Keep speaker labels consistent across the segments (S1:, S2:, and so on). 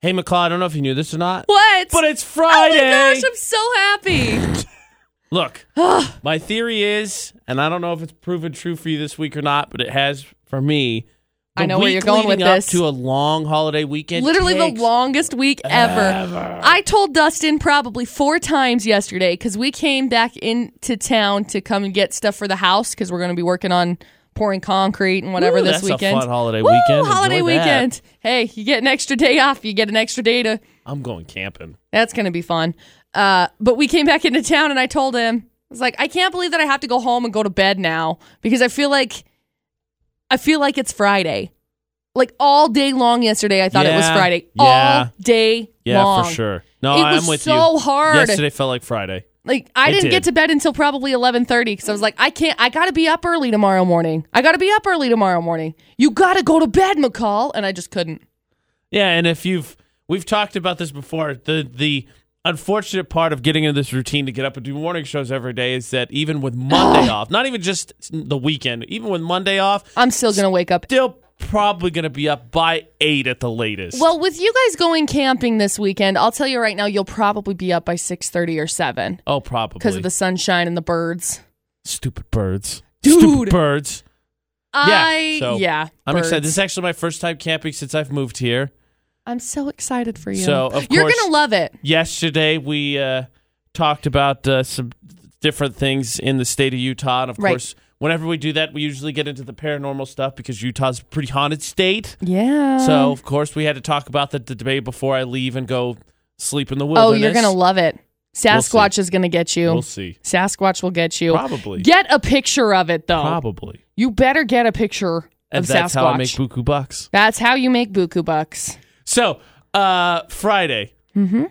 S1: Hey, McCall, I don't know if you knew this or not.
S2: What?
S1: But it's
S2: oh
S1: Friday.
S2: my gosh, I'm so happy.
S1: Look, my theory is, and I don't know if it's proven true for you this week or not, but it has for me.
S2: I
S1: the
S2: know where
S1: week
S2: you're going with
S1: leading up
S2: this.
S1: To a long holiday weekend.
S2: Literally
S1: takes-
S2: the longest week ever. I told Dustin probably four times yesterday because we came back into town to come and get stuff for the house because we're going to be working on pouring concrete and whatever
S1: Ooh,
S2: this
S1: that's a
S2: weekend.
S1: fun holiday
S2: Woo,
S1: weekend.
S2: Holiday
S1: Enjoy that.
S2: weekend. Hey, you get an extra day off. You get an extra day to
S1: I'm going camping.
S2: That's going to be fun. Uh, but we came back into town and I told him, I was like, I can't believe that I have to go home and go to bed now because I feel like, I feel like it's Friday. Like all day long yesterday, I thought it was
S1: Yeah,
S2: Friday.
S1: yeah.
S2: All day
S1: Yeah,
S2: long.
S1: for sure. No,
S2: it
S1: I-
S2: was
S1: I'm with you.
S2: so hard.
S1: Yesterday felt like Friday.
S2: Like I
S1: It
S2: didn't
S1: did.
S2: get to bed until probably 11:30 because I was like, I can't. I got to be up early tomorrow morning. I got to be up early tomorrow morning. You got to go to bed, McCall, and I just couldn't.
S1: Yeah, and if you've we've talked about this before, the the unfortunate part of getting into this routine to get up and do morning shows every day is that even with Monday off, not even just the weekend, even with Monday off,
S2: I'm still gonna wake up
S1: still probably going to be up by 8 at the latest.
S2: Well, with you guys going camping this weekend, I'll tell you right now, you'll probably be up by six thirty or seven
S1: oh, probably.
S2: because of the sunshine and the birds.
S1: stupid birds.
S2: Dude.
S1: Stupid birds.
S2: I
S1: so
S2: yeah,
S1: I'm excited.
S2: birds.
S1: This is actually my first time camping since I've moved here.
S2: I'm so excited for you.
S1: So, of
S2: you're
S1: course-
S2: gonna love it.
S1: yesterday we uh, talked about uh, some different things in the state of Utah. And of
S2: Right.
S1: course, whenever we do that, we usually get into the paranormal stuff because Utah's a pretty haunted state.
S2: Yeah.
S1: so, of course, we had to talk about that the day before I leave and go sleep in the
S2: oh,
S1: wilderness.
S2: you're gonna love it. Sasquatch is gonna get you.
S1: We'll see.
S2: Sasquatch will get you.
S1: Probably.
S2: Get a picture of it though.
S1: Probably.
S2: You better get a picture
S1: And
S2: of
S1: that's
S2: Sasquatch.
S1: how I make buku bucks.
S2: that's how you make buku bucks.
S1: So, uh, Friday,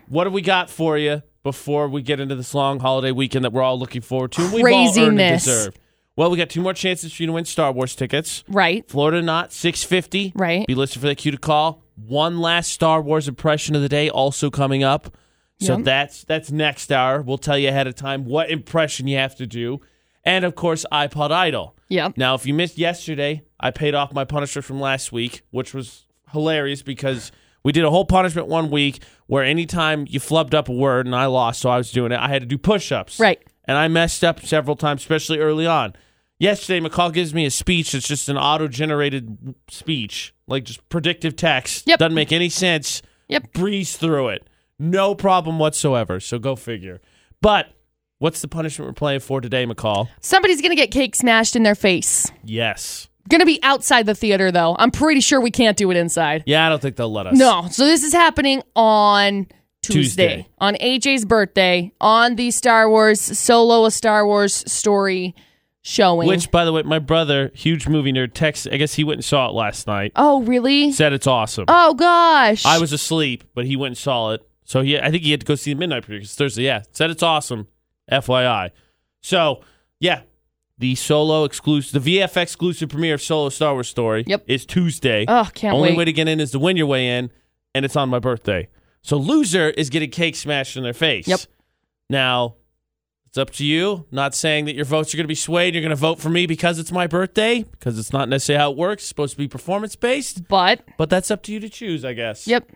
S1: what do we got for you before we get into this long holiday weekend that we're all looking forward to? and We've all earned and
S2: Craziness.
S1: deserved. Well, we got two more chances for you to win Star Wars tickets.
S2: Right.
S1: Florida not six fifty.
S2: Right.
S1: Be listed for that cue to call. One last Star Wars impression of the day also coming up. So
S2: Yep.
S1: that's that's next hour. We'll tell you ahead of time what impression you have to do, and of course iPod Idol.
S2: Yep.
S1: Now, if you missed yesterday, I paid off my punishment from last week, which was hilarious because we did a whole punishment one week where anytime you flubbed up a word and I lost, so I was doing it, I had to do push ups.
S2: Right.
S1: And I messed up several times, especially early on. Yesterday, McCall gives me a speech that's just an auto generated speech, like just predictive text.
S2: Yep.
S1: Doesn't make any sense.
S2: Yep.
S1: Breeze through it. No problem whatsoever. So go figure. But what's the punishment we're playing for today, McCall?
S2: Somebody's gonna get cake smashed in their face.
S1: Yes.
S2: Gonna be outside the theater though. I'm pretty sure we can't do it inside.
S1: Yeah, I don't think they'll let us.
S2: No. So this is happening on Tuesday,
S1: Tuesday.
S2: on AJ's birthday, on the Star Wars solo a Star Wars story showing.
S1: Which, by the way, my brother, huge movie nerd, text. I guess he went and saw it last night.
S2: oh really?
S1: Said it's awesome.
S2: Oh gosh.
S1: I was asleep, but he went and saw it. So he, I think he had to go see the midnight premiere 'cause it's Thursday. Yeah, said it's awesome. FYI. So yeah, the solo exclusive, the VF exclusive premiere of Solo Star Wars Story
S2: Yep.
S1: is Tuesday.
S2: Oh, can't
S1: Only
S2: wait.
S1: way to get in is to win your way in, and it's on my birthday. So loser is getting cake smashed in their face.
S2: Yep.
S1: Now, it's up to you. Not saying that your votes are going to be swayed. You're going to vote for me because it's my birthday, because it's not necessarily how it works. It's supposed to be performance based,
S2: but
S1: but that's up to you to choose, I guess.
S2: yep.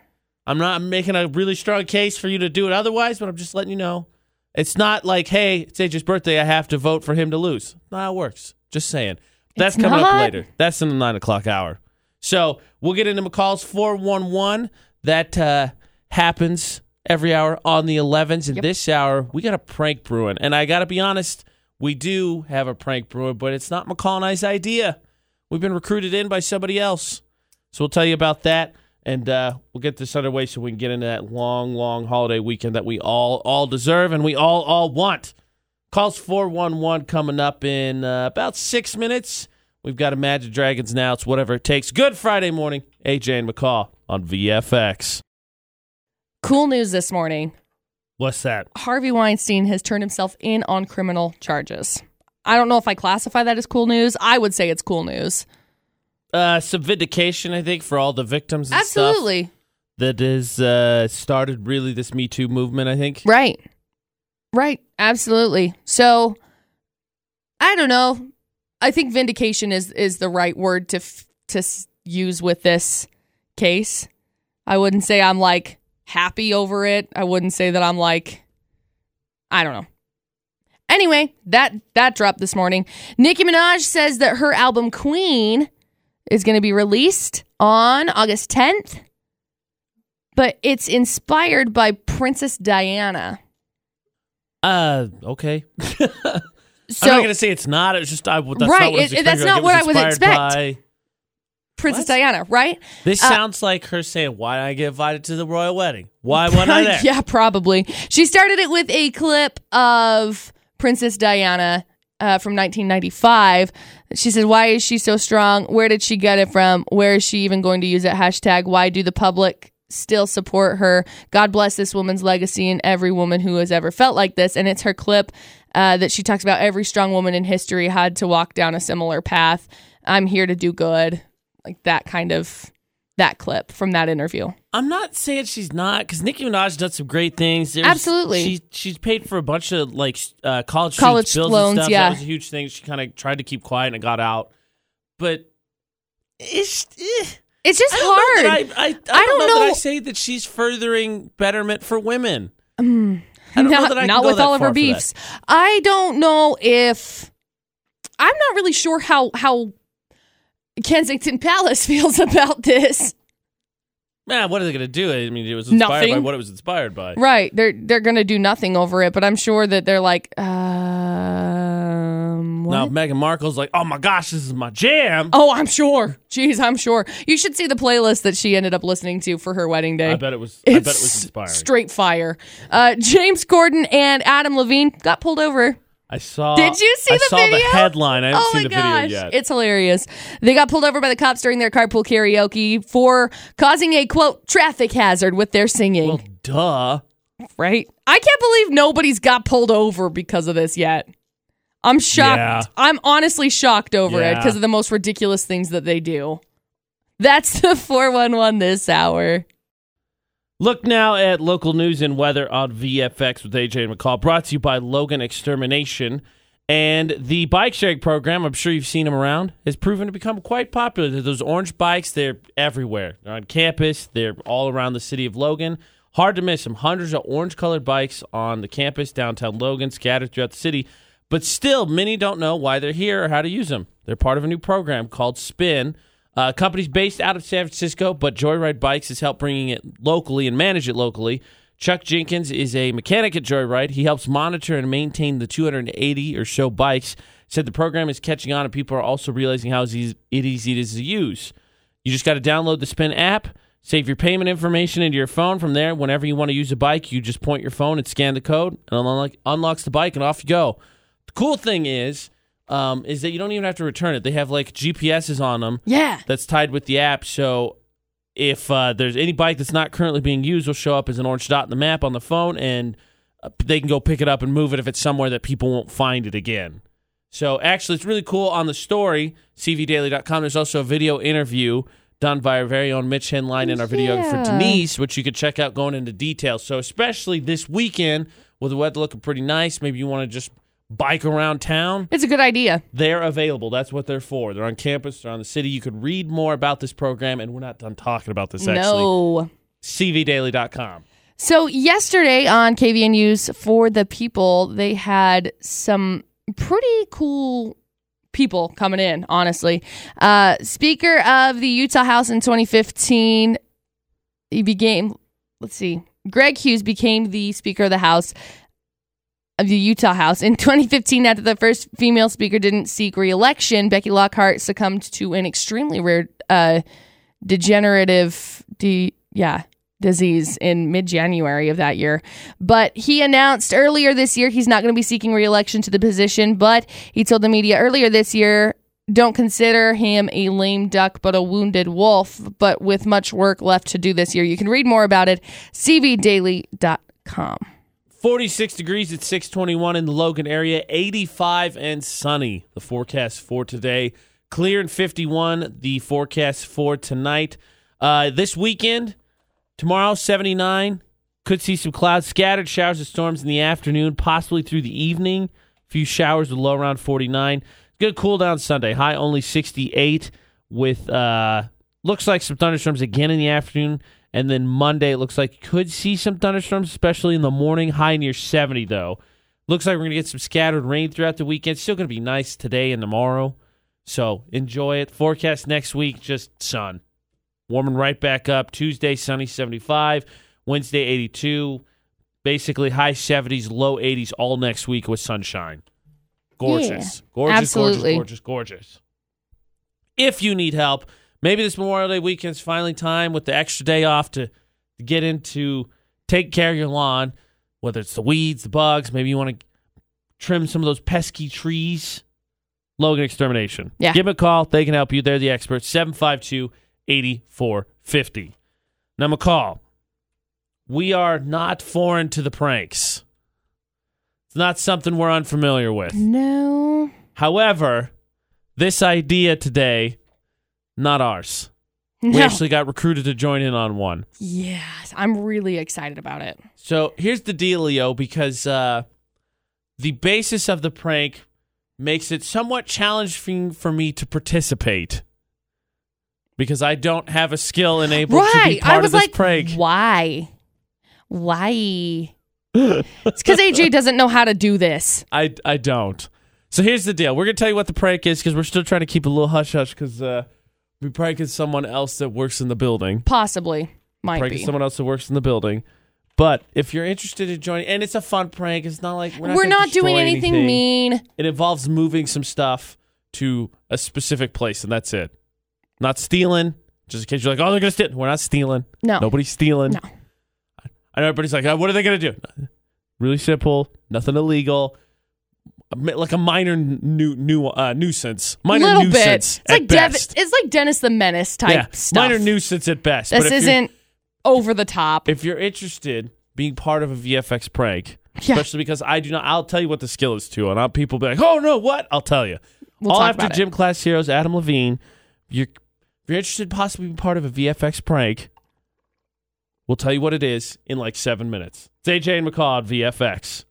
S1: I'm not I'm making a really strong case for you to do it otherwise, but I'm just letting you know. It's not like, hey, it's AJ's birthday. I have to vote for him to lose. Not how it works. Just saying. That's
S2: It's
S1: coming up
S2: not?
S1: later. That's in the nine o'clock hour. So we'll get into McCall's 411. That uh, happens every hour on the 11s. And
S2: Yep.
S1: this hour, we got a prank brewing. And I got to be honest, we do have a prank brewing, but it's not McCall and I's idea. We've been recruited in by somebody else. So we'll tell you about that, and uh, we'll get this underway so we can get into that long, long holiday weekend that we all all deserve and we all all want. Calls four one one coming up in uh, about six minutes. We've got Imagine Dragons now. It's whatever it takes. Good Friday morning, AJ and McCall on VFX.
S2: Cool news this morning.
S1: What's that?
S2: Harvey Weinstein has turned himself in on criminal charges. I don't know if I classify that as cool news. I would say it's cool news.
S1: Uh, some vindication, I think, for all the victims. And stuff
S2: Absolutely.
S1: that has uh, started really this Me Too movement. I think.
S2: Right. Right. Absolutely. So I don't know. I think vindication is is the right word to f- to s- use with this case. I wouldn't say I'm like happy over it. I wouldn't say that I'm like I don't know. Anyway, that that dropped this morning. Nicki Minaj says that her album Queen is going to be released on August 10th, but it's inspired by Princess Diana.
S1: Uh, okay.
S2: So
S1: I'm not gonna say it's not. It's just I. That's
S2: Right,
S1: Not what I was
S2: it- it- that's
S1: expecting. Like,
S2: not
S1: it
S2: what
S1: was
S2: I would
S1: inspired
S2: expect.
S1: by-
S2: Princess
S1: What?
S2: Diana, right?
S1: This
S2: Uh,
S1: sounds like her saying, "Why did I get invited to the royal wedding? Why wasn't I there?"
S2: yeah, probably. She started it with a clip of Princess Diana uh, from 1995. She said, Why is she so strong? Where did she get it from? Where is she even going to use it? Hashtag, why do the public still support her? God bless this woman's legacy and every woman who has ever felt like this. And it's her clip uh, that she talks about every strong woman in history had to walk down a similar path. I'm here to do good. Like that kind of. That clip from that interview.
S1: I'm not saying she's not because Nicki Minaj does some great things. There's-
S2: Absolutely.
S1: she she's paid for a bunch of like s- uh, college
S2: College
S1: students' bills
S2: loans,
S1: And stuff.
S2: yeah.
S1: that was a huge thing. She kind of tried to keep quiet and it got out, but it's eh,
S2: It's just
S1: I don't
S2: hard.
S1: know that I, I, I, don't
S2: I don't
S1: know, that I
S2: know-
S1: say that she's furthering betterment for women. I don't know
S2: Mm. not
S1: that I can
S2: not
S1: go
S2: with
S1: that
S2: all of her
S1: far for that.
S2: beefs. I don't know if I'm not really sure how how Kensington Palace feels about this.
S1: Man, what are they gonna do? I mean, it was inspired by
S2: Nothing.
S1: what it was inspired by.
S2: Right? They're they're gonna do nothing over it, but I'm sure that they're like, um, what?
S1: Now Meghan Markle's like, "Oh my gosh, this is my jam."
S2: Oh, I'm sure. Jeez, I'm sure. You should see the playlist that she ended up listening to for her wedding day.
S1: I bet it was. I bet it was inspiring.
S2: Straight fire. Uh, James Corden and Adam Levine got pulled over.
S1: I saw.
S2: Did you see
S1: I
S2: the
S1: saw
S2: video?
S1: the headline. I haven't
S2: oh
S1: seen
S2: my
S1: the
S2: gosh,
S1: video yet.
S2: it's hilarious. They got pulled over by the cops during their carpool karaoke for causing a quote traffic hazard with their singing.
S1: well, duh.
S2: right? I can't believe nobody's got pulled over because of this yet. I'm shocked.
S1: Yeah.
S2: I'm honestly shocked over it
S1: Yeah.
S2: because of the most ridiculous things that they do. That's the 411 this hour.
S1: Look now at local news and weather on VFX with AJ and McCall, brought to you by Logan Extermination. And the bike sharing program, I'm sure you've seen them around, has proven to become quite popular. There's Those orange bikes, they're everywhere. They're on campus, they're all around the city of Logan. Hard to miss them. Hundreds of orange colored bikes on the campus, downtown Logan, scattered throughout the city. But still, many don't know why they're here or how to use them. They're part of a new program called Spin. Uh, companies based out of San Francisco, but Joyride Bikes has helped bringing it locally and manage it locally. Chuck Jenkins is a mechanic at Joyride. He helps monitor and maintain the 280 or so bikes. Said the program is catching on, and people are also realizing how easy- it easy it is to use. You just got to download the Spin app, save your payment information into your phone. From there, whenever you want to use a bike, you just point your phone and scan the code, and unlock, unlocks the bike, and off you go. The cool thing is, um, is that you don't even have to return it. They have like GPSs on them
S2: Yeah.
S1: that's tied with the app. So if uh, there's any bike that's not currently being used, will show up as an orange dot in the map on the phone, and uh, they can go pick it up and move it if it's somewhere that people won't find it again. So actually, it's really cool. On the story, cvdaily.com, there's also a video interview done by our very own Mitch Henline and our videographer
S2: Yeah.
S1: Denise, which you could check out going into detail. So especially this weekend, with the weather looking pretty nice, maybe you want to just bike around town
S2: It's a good idea.
S1: they're available. That's what they're for. They're on campus, they're on the city. You could read more about this program, and we're not done talking about this actually.
S2: No.
S1: CVDaily.com.
S2: So yesterday on KVNU's For the People, they had some pretty cool people coming in, honestly. Uh, Speaker of the Utah House in 2015, he became, let's see, Greg Hughes became the Speaker of the House of the Utah House in 2015 after the first female speaker didn't seek reelection. Becky Lockhart succumbed to an extremely rare uh, degenerative, de- yeah, disease in mid January of that year. But he announced earlier this year he's not going to be seeking reelection to the position, but he told the media earlier this year. Don't consider him a lame duck, but a wounded wolf. But with much work left to do this year, you can read more about it. CVDaily.com.
S1: 46 degrees at 621 in the Logan area, 85 and sunny. The forecast for today. Clear and 51, the forecast for tonight. Uh, this weekend, tomorrow, 79. Could see some clouds, scattered showers and storms in the afternoon, possibly through the evening. A few showers with low around 49. It's going to cool down Sunday. High only 68 with, uh, looks like some thunderstorms again in the afternoon And then Monday, it looks like could see some thunderstorms, especially in the morning. High near 70, though. Looks like we're going to get some scattered rain throughout the weekend. Still going to be nice today and tomorrow. So enjoy it. Forecast next week, just sun. Warming right back up. Tuesday, sunny 75. Wednesday, 82. Basically, high 70s, low 80s all next week with sunshine. Gorgeous. gorgeous,
S2: absolutely.
S1: gorgeous, gorgeous, gorgeous. If you need help, maybe this Memorial Day weekend's finally time with the extra day off to get into take care of your lawn, whether it's the weeds, the bugs, maybe you want to trim some of those pesky trees. Logan Extermination.
S2: Yeah.
S1: Give them a call. They can help you. They're the experts. 752 8450. Now, McCall, we are not foreign to the pranks. It's not something we're unfamiliar with.
S2: No.
S1: However, this idea today, not ours. We
S2: No.
S1: actually got recruited to join in on one.
S2: Yes, I'm really excited about it.
S1: So here's the dealio because uh, the basis of the prank makes it somewhat challenging for me to participate because I don't have a skill enabled to be
S2: right.
S1: part
S2: I was
S1: of this
S2: like,
S1: prank.
S2: why? Why? it's because AJ doesn't know how to do this.
S1: I, I don't. So here's the deal. We're gonna tell you what the prank is because we're still trying to keep it a little hush hush because uh, we pranking someone else that works in the building.
S2: Possibly. Might
S1: prank
S2: be.
S1: someone else that works in the building. But if you're interested in joining, and it's a fun prank, it's not like we're not,
S2: We're
S1: gonna
S2: not
S1: destroy
S2: doing anything,
S1: anything
S2: mean.
S1: It involves moving some stuff to a specific place, and that's it. Not stealing. Just in case you're like, oh, they're gonna steal. We're not stealing.
S2: No.
S1: Nobody's stealing.
S2: No.
S1: I know everybody's like, oh, what are they gonna do? Really simple. Nothing illegal. A mi- Like a minor nu- nu- uh, nuisance. Minor
S2: little bit.
S1: nuisance
S2: It's
S1: at
S2: like Dev-
S1: best.
S2: it's like Dennis the Menace type
S1: yeah,
S2: stuff.
S1: minor nuisance at best. but
S2: This
S1: if you're-
S2: isn't over the top.
S1: if you're interested being part of a VFX prank,
S2: Yeah.
S1: especially because I do not, I'll tell you what the skill is too, and I'll people be like, oh no, what? I'll tell you.
S2: We'll
S1: All
S2: talk
S1: after
S2: about it.
S1: gym class heroes, Adam Levine. You're, if you're interested, in possibly being part of a VFX prank. We'll tell you what it is in like seven minutes. It's AJ and McCall at VFX.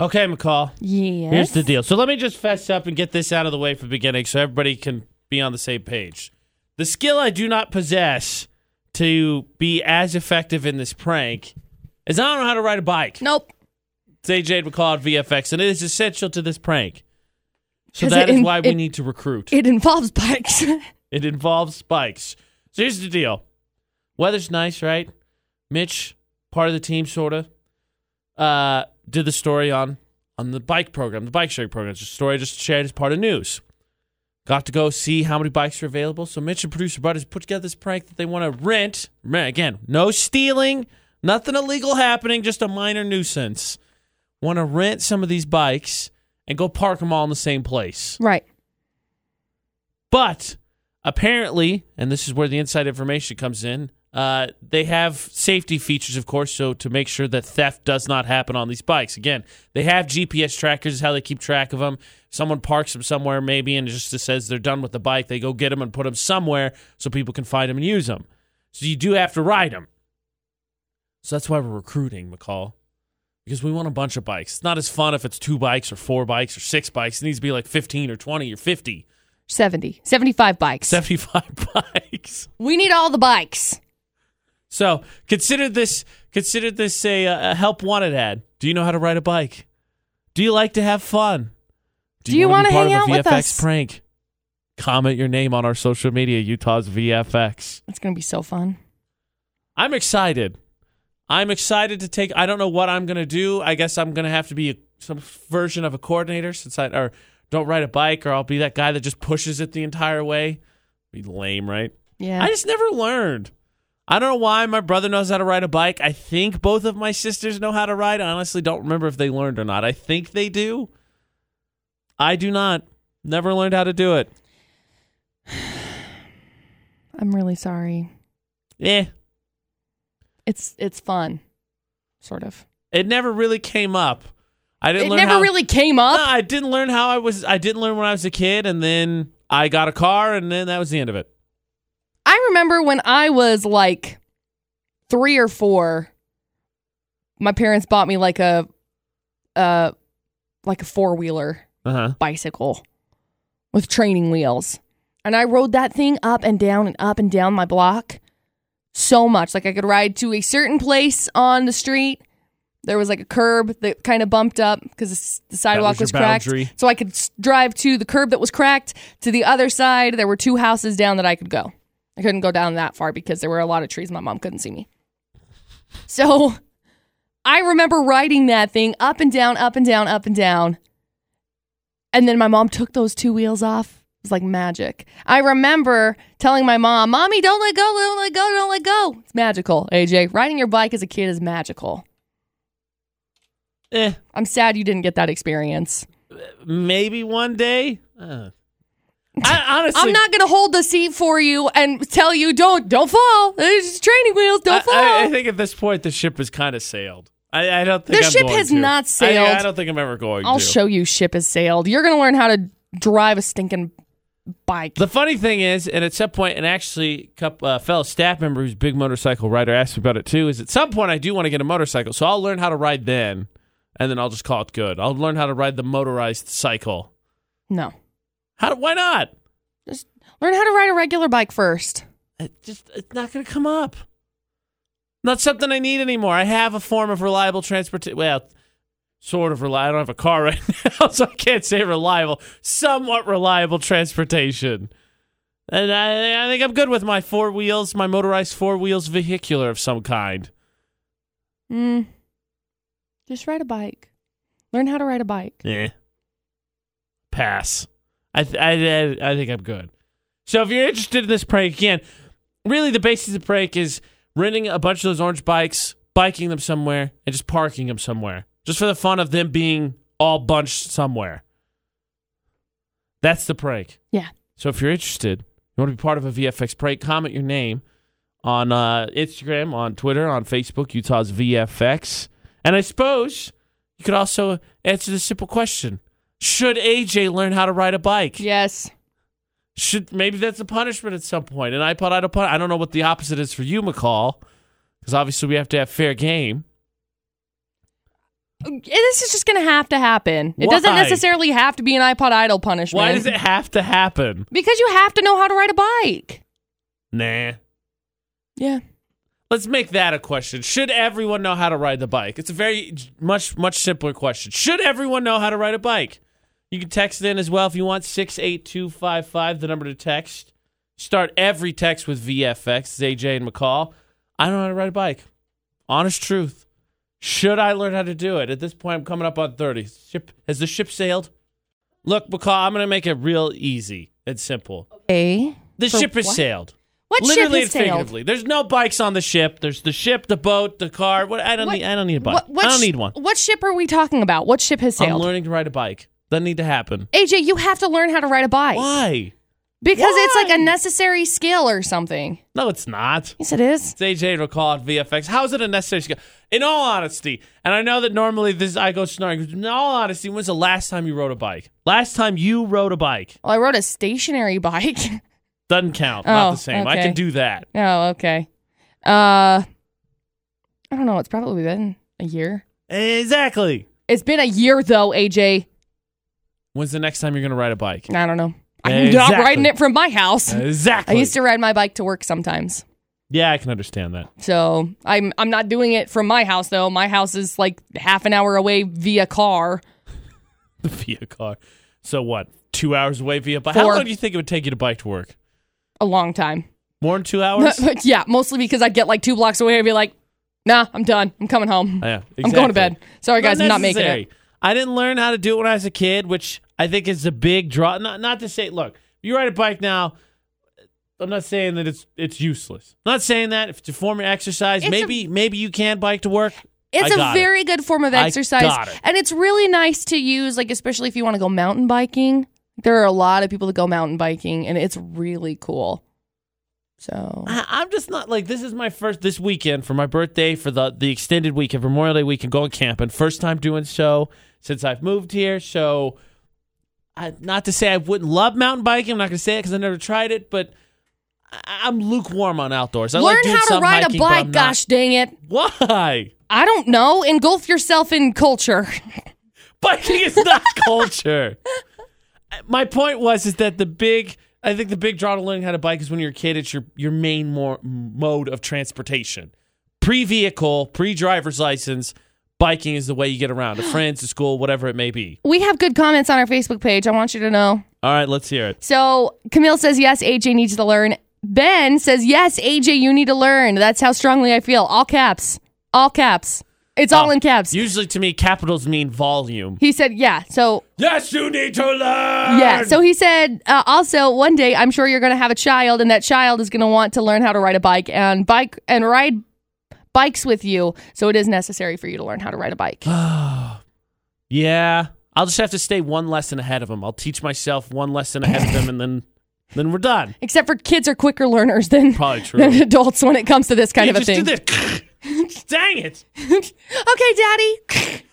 S1: Okay, McCall.
S2: yes.
S1: Here's the deal. So let me just fess up and get this out of the way from the beginning so everybody can be on the same page. The skill I do not possess to be as effective in this prank is I don't know how to ride a bike.
S2: Nope.
S1: It's AJ McCall at VFX, and it is essential to this prank. So
S2: 'Cause
S1: that
S2: it
S1: is
S2: in-
S1: why we
S2: it-
S1: need to recruit.
S2: It involves bikes.
S1: It involves spikes. So here's the deal. Weather's nice, right? Mitch, part of the team, sorta, uh, did the story on on the bike program, the bike sharing program. It's a story I just shared as part of news. Got to go see how many bikes are available. So Mitch and producer Bud has put together this prank that they want to rent. Man, Again, no stealing, nothing illegal happening, just a minor nuisance. Want to rent some of these bikes and go park them all in the same place.
S2: right.
S1: But apparently, and this is where the inside information comes in, uh, they have safety features, of course, so to make sure that theft does not happen on these bikes. Again, they have GPS trackers, is how they keep track of them. Someone parks them somewhere, maybe, and just says they're done with the bike. They go get them and put them somewhere so people can find them and use them. So you do have to ride them. So that's why we're recruiting, McCall. Because we want a bunch of bikes. It's not as fun if it's two bikes or four bikes or six bikes. It needs to be like 15 or 20 or 50.
S2: 70. 75 bikes.
S1: 75 bikes.
S2: we need all the bikes.
S1: So consider this consider this a, uh, a help wanted ad. Do you know how to ride a bike? Do you like to have fun?
S2: Do you
S1: wanna be
S2: wanna hang
S1: part of
S2: out
S1: a
S2: with
S1: VFX
S2: us?
S1: prank? Comment your name on our social media, Utah's VFX.
S2: It's going to be so fun.
S1: I'm excited. I'm excited to take. I don't know what I'm gonna do. I guess I'm gonna have to be a, some version of a coordinator since I or don't ride a bike, or I'll be that guy that just pushes it the entire way. Be lame, right?
S2: Yeah.
S1: I just never learned. I don't know why my brother knows how to ride a bike. I think both of my sisters know how to ride. I honestly don't remember if they learned or not. I think they do. I do not. Never learned how to do it.
S2: I'm really sorry.
S1: Eh.
S2: It's it's fun. Sort of.
S1: It never really came up. I didn't
S2: It
S1: learn
S2: never
S1: how,
S2: really came
S1: No,
S2: up.
S1: I didn't learn how I was I didn't learn when I was a kid and then I got a car and then that was the end of it.
S2: I remember when I was like three or four, my parents bought me like a uh like a four wheeler
S1: Uh-huh.
S2: bicycle with training wheels. And I rode that thing up and down and up and down my block so much. Like I could ride to a certain place on the street. There was like a curb that kind of bumped up because the sidewalk
S1: your
S2: was, cracked.
S1: boundary.
S2: So I could s- drive to the curb that was cracked to the other side. There were two houses down that I could go. I couldn't go down that far because there were a lot of trees. My mom couldn't see me. So I remember riding that thing up and down, up and down, up and down. And then my mom took those two wheels off. It was like magic. I remember telling my mom, Mommy, don't let go, don't let go, don't let go. It's magical, AJ. Riding your bike as a kid is magical.
S1: Eh,
S2: I'm sad you didn't get that experience.
S1: maybe one day. Uh, I, honestly,
S2: I'm not gonna hold the seat for you and tell you don't don't fall. It's just training wheels, don't
S1: I,
S2: fall.
S1: I- I think at this point the ship has kind of sailed. I, I don't think
S2: The
S1: I'm
S2: ship
S1: going
S2: has
S1: to.
S2: not
S1: I-
S2: sailed.
S1: I, don't think I'm ever going
S2: I'll
S1: to.
S2: show you ship has sailed. You're gonna learn how to drive a stinking bike.
S1: The funny thing is, and at some point, and actually, a couple- uh, fellow staff member who's a big motorcycle rider asked me about it too. Is at some point I do want to get a motorcycle, so I'll learn how to ride then, and then I'll just call it good. I'll learn how to ride the motorized cycle.
S2: No.
S1: How? Do, why not?
S2: Just learn how to ride a regular bike first.
S1: It just it's not going to come up. Not something I need anymore. I have a form of reliable transportation. Well, sort of reliable. I don't have a car right now, so I can't say reliable. Somewhat reliable transportation. And I, I think I'm good with my four wheels, my motorized four wheels vehicular of some kind.
S2: Mm. Just ride a bike. Learn how to ride a bike.
S1: Yeah. Pass. I, th- I, I I think I'm good. So if you're interested in this prank again, really the basis of the prank is renting a bunch of those orange bikes, biking them somewhere, and just parking them somewhere, just for the fun of them being all bunched somewhere. That's the prank.
S2: Yeah.
S1: So if you're interested, you want to be part of a VFX prank, comment your name on uh, Instagram, on Twitter, on Facebook, Utah's VFX. And I suppose you could also answer the simple question Should AJ learn how to ride a bike?
S2: Yes.
S1: Should Maybe that's a punishment at some point. And I put out a pun. I don't know what the opposite is for you, McCall, because obviously we have to have fair game.
S2: This is just going to have to happen. It doesn't
S1: Why?
S2: necessarily have to be an iPod Idol punishment.
S1: Why does it have to happen?
S2: Because you have to know how to ride a bike.
S1: Nah.
S2: Yeah.
S1: Let's make that a question. Should everyone know how to ride the bike? It's a very much much simpler question. Should everyone know how to ride a bike? You can text in as well if you want 68255 the number to text. Start every text with VFX, AJ and McCall. I don't know how to ride a bike. Honest truth. Should I learn how to do it? At this point I'm coming up on 30. Ship has the ship sailed? Look, McCall, I'm going to make it real easy and simple.
S2: Okay.
S1: The
S2: For
S1: ship has
S2: what?
S1: sailed.
S2: What
S1: Literally
S2: ship has
S1: and
S2: sailed?
S1: figuratively. There's no bikes on the ship. There's the ship, the boat, the car. What I don't
S2: What-
S1: need. I don't need a bike.
S2: What, what
S1: I don't
S2: sh-
S1: need one.
S2: What ship are we talking about? What ship has
S1: I'm
S2: sailed?
S1: learning to ride a bike. Doesn't need to happen.
S2: AJ, you have to learn how to ride a bike.
S1: Why?
S2: Because it's like
S1: Why?
S2: a necessary skill or something.
S1: No, it's not.
S2: Yes, it is.
S1: It's AJ recall at VFX. How is it a necessary skill? In all honesty, and I know that normally this I go snarling. In all honesty, when's the last time you rode a bike? Last time you rode a bike
S2: Well, I rode a stationary bike.
S1: doesn't count. not
S2: Oh,
S1: the same. I
S2: okay.
S1: can do that.
S2: Oh, okay. Uh, I don't know. It's probably been a year.
S1: Exactly.
S2: It's been a year though, AJ.
S1: When's the next time you're gonna ride a bike?
S2: I don't know. I'm not
S1: Exactly.
S2: riding it from my house. I
S1: Exactly.
S2: used to ride my bike to work sometimes,
S1: Yeah, I can understand that.
S2: so I'm I'm not doing it from my house though. My house is like half an hour away via car.
S1: via car. So what? Two hours away via bike. How
S2: Four.
S1: long do you think it would take you to bike to work?
S2: A long time.
S1: More than two hours?
S2: But yeah, mostly because I'd get like two blocks away and be like, Nah, I'm done. I'm coming home.
S1: yeah,
S2: I'm going to
S1: Uh, exactly.
S2: bed. Sorry guys, I'm not making it.
S1: necessary. I didn't learn how to do it when I was a kid, which I think is a big draw. Not not to say, look, if you ride a bike now. I'm not saying that it's it's useless. I'm not saying that if it's a form of exercise,
S2: a-
S1: maybe maybe you can bike to work.
S2: It's
S1: I
S2: a
S1: got it.
S2: very good form of
S1: I
S2: exercise,
S1: got it.
S2: and it's really nice to use, like especially if you want to go mountain biking. There are a lot of people that go mountain biking, and it's really cool. So
S1: I, I'm just not like this is my first this weekend for my birthday for the the extended weekend Memorial Day weekend going camping first time doing so since I've moved here so I, not to say I wouldn't love mountain biking I'm not gonna say it because I never tried it but I, I'm lukewarm on outdoors I like
S2: learn
S1: doing
S2: how to
S1: some
S2: ride
S1: hiking,
S2: a
S1: but
S2: bike.
S1: I'm not-
S2: Gosh dang it!
S1: why
S2: I don't know. Engulf yourself in culture.
S1: biking is not culture my point was is that the big I think the big draw to learning how to bike is when you're a kid. It's your your main more mode of transportation. Pre vehicle, pre driver's license, biking is the way you get around to friends, to school, whatever it may be.
S2: We have good comments on our Facebook page. I want you to know.
S1: All right, let's hear it.
S2: So Camille says, yes, AJ needs to learn. Ben says, yes, AJ, you need to learn. That's how strongly I feel. All caps. All caps. It's all
S1: Oh,
S2: in caps.
S1: Usually, to me, capitals mean volume.
S2: he said, yeah. So,
S1: Yes, you need to learn.
S2: yeah. So he said, uh, also, one day I'm sure you're going to have a child, and that child is going to want to learn how to ride a bike and bike and ride bikes with you. So it is necessary for you to learn how to ride a bike.
S1: yeah, I'll just have to stay one lesson ahead of them. I'll teach myself one lesson ahead of them, and then then we're done.
S2: Except for kids are quicker learners than,
S1: Probably true.
S2: than adults when it comes to this kind
S1: You
S2: of a
S1: just
S2: thing.
S1: did this. Dang it!
S2: Okay, daddy.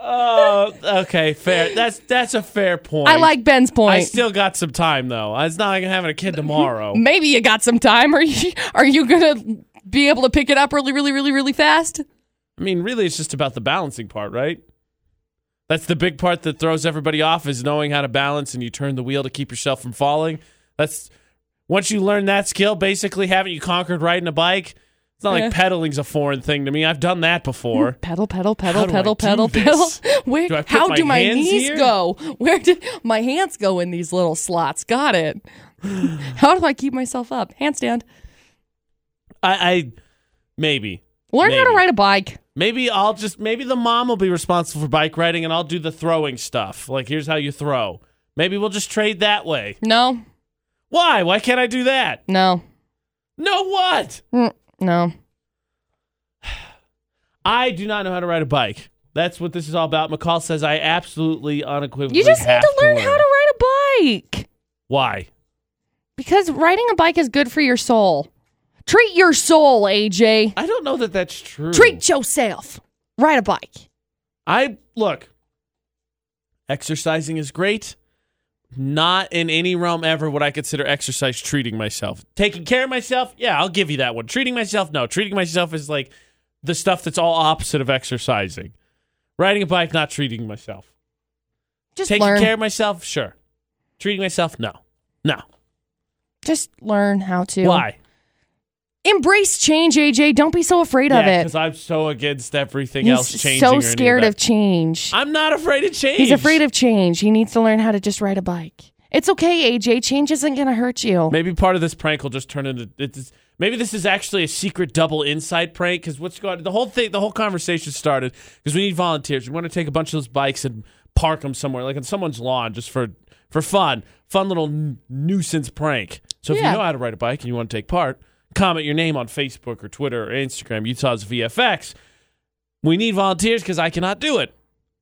S1: Oh, okay, fair. That's that's a fair point.
S2: I like Ben's point.
S1: I still got some time though. It's not like I'm having a kid tomorrow.
S2: maybe you got some time. Are you are you gonna be able to pick it up really, really, really, really fast?
S1: I mean, really, it's just about the balancing part, right? That's the big part that throws everybody off is knowing how to balance and you turn the wheel to keep yourself from falling. That's once you learn that skill, basically, haven't you conquered riding a bike? It's not
S2: Yeah.
S1: like pedaling's a foreign thing to me. I've done that before.
S2: Pedal, pedal, pedal,
S1: How do I
S2: pedal,
S1: do
S2: pedal, pedal.
S1: this?
S2: Where?
S1: Do I put
S2: how
S1: my
S2: do my
S1: hands
S2: knees
S1: here?
S2: go? Where do my hands go in these little slots? Got it. how do I keep myself up? Handstand.
S1: I, I maybe.
S2: Learn how to
S1: Maybe.
S2: ride a bike.
S1: Maybe I'll just maybe the mom will be responsible for bike riding and I'll do the throwing stuff. Like here's how you throw. Maybe we'll just trade that way.
S2: No,
S1: Why? Why can't I do that?
S2: no,
S1: No what?
S2: Mm, no.
S1: I do not know how to ride a bike. That's what this is all about. McCall says I absolutely unequivocally
S2: You just need
S1: have
S2: to learn how to ride a bike.
S1: Why?
S2: Because riding a bike is good for your soul. Treat your soul, AJ.
S1: I don't know that that's true.
S2: Treat yourself. Ride a bike.
S1: I look. Exercising is great. Not in any realm ever would I consider exercise treating myself. Taking care of myself, yeah, I'll give you that one. Treating myself, no. Treating myself is like the stuff that's all opposite of exercising. Riding a bike, not treating myself.
S2: Just
S1: Taking
S2: learn.
S1: care of myself, sure. Treating myself, no. No.
S2: Just learn how to.
S1: Why?
S2: Embrace change, AJ. Don't be so afraid of
S1: Yeah,
S2: it.
S1: because I'm so against everything else
S2: He's
S1: changing.
S2: so
S1: or
S2: scared
S1: any
S2: of
S1: of. that.
S2: change.
S1: I'm not afraid of change.
S2: He's afraid of change. He needs to learn how to just ride a bike. It's okay, AJ. Change isn't going to hurt you.
S1: Maybe part of this prank will just turn into it's, maybe this is actually a secret double inside prank because what's going the whole thing the whole conversation started because we need volunteers. We want to take a bunch of those bikes and park them somewhere like on someone's lawn just for for fun, fun little n- nuisance prank. So if
S2: Yeah.
S1: you know how to ride a bike and you want to take part, comment your name on Facebook or Twitter or Instagram Utah's VFX. We need volunteers because I cannot do it.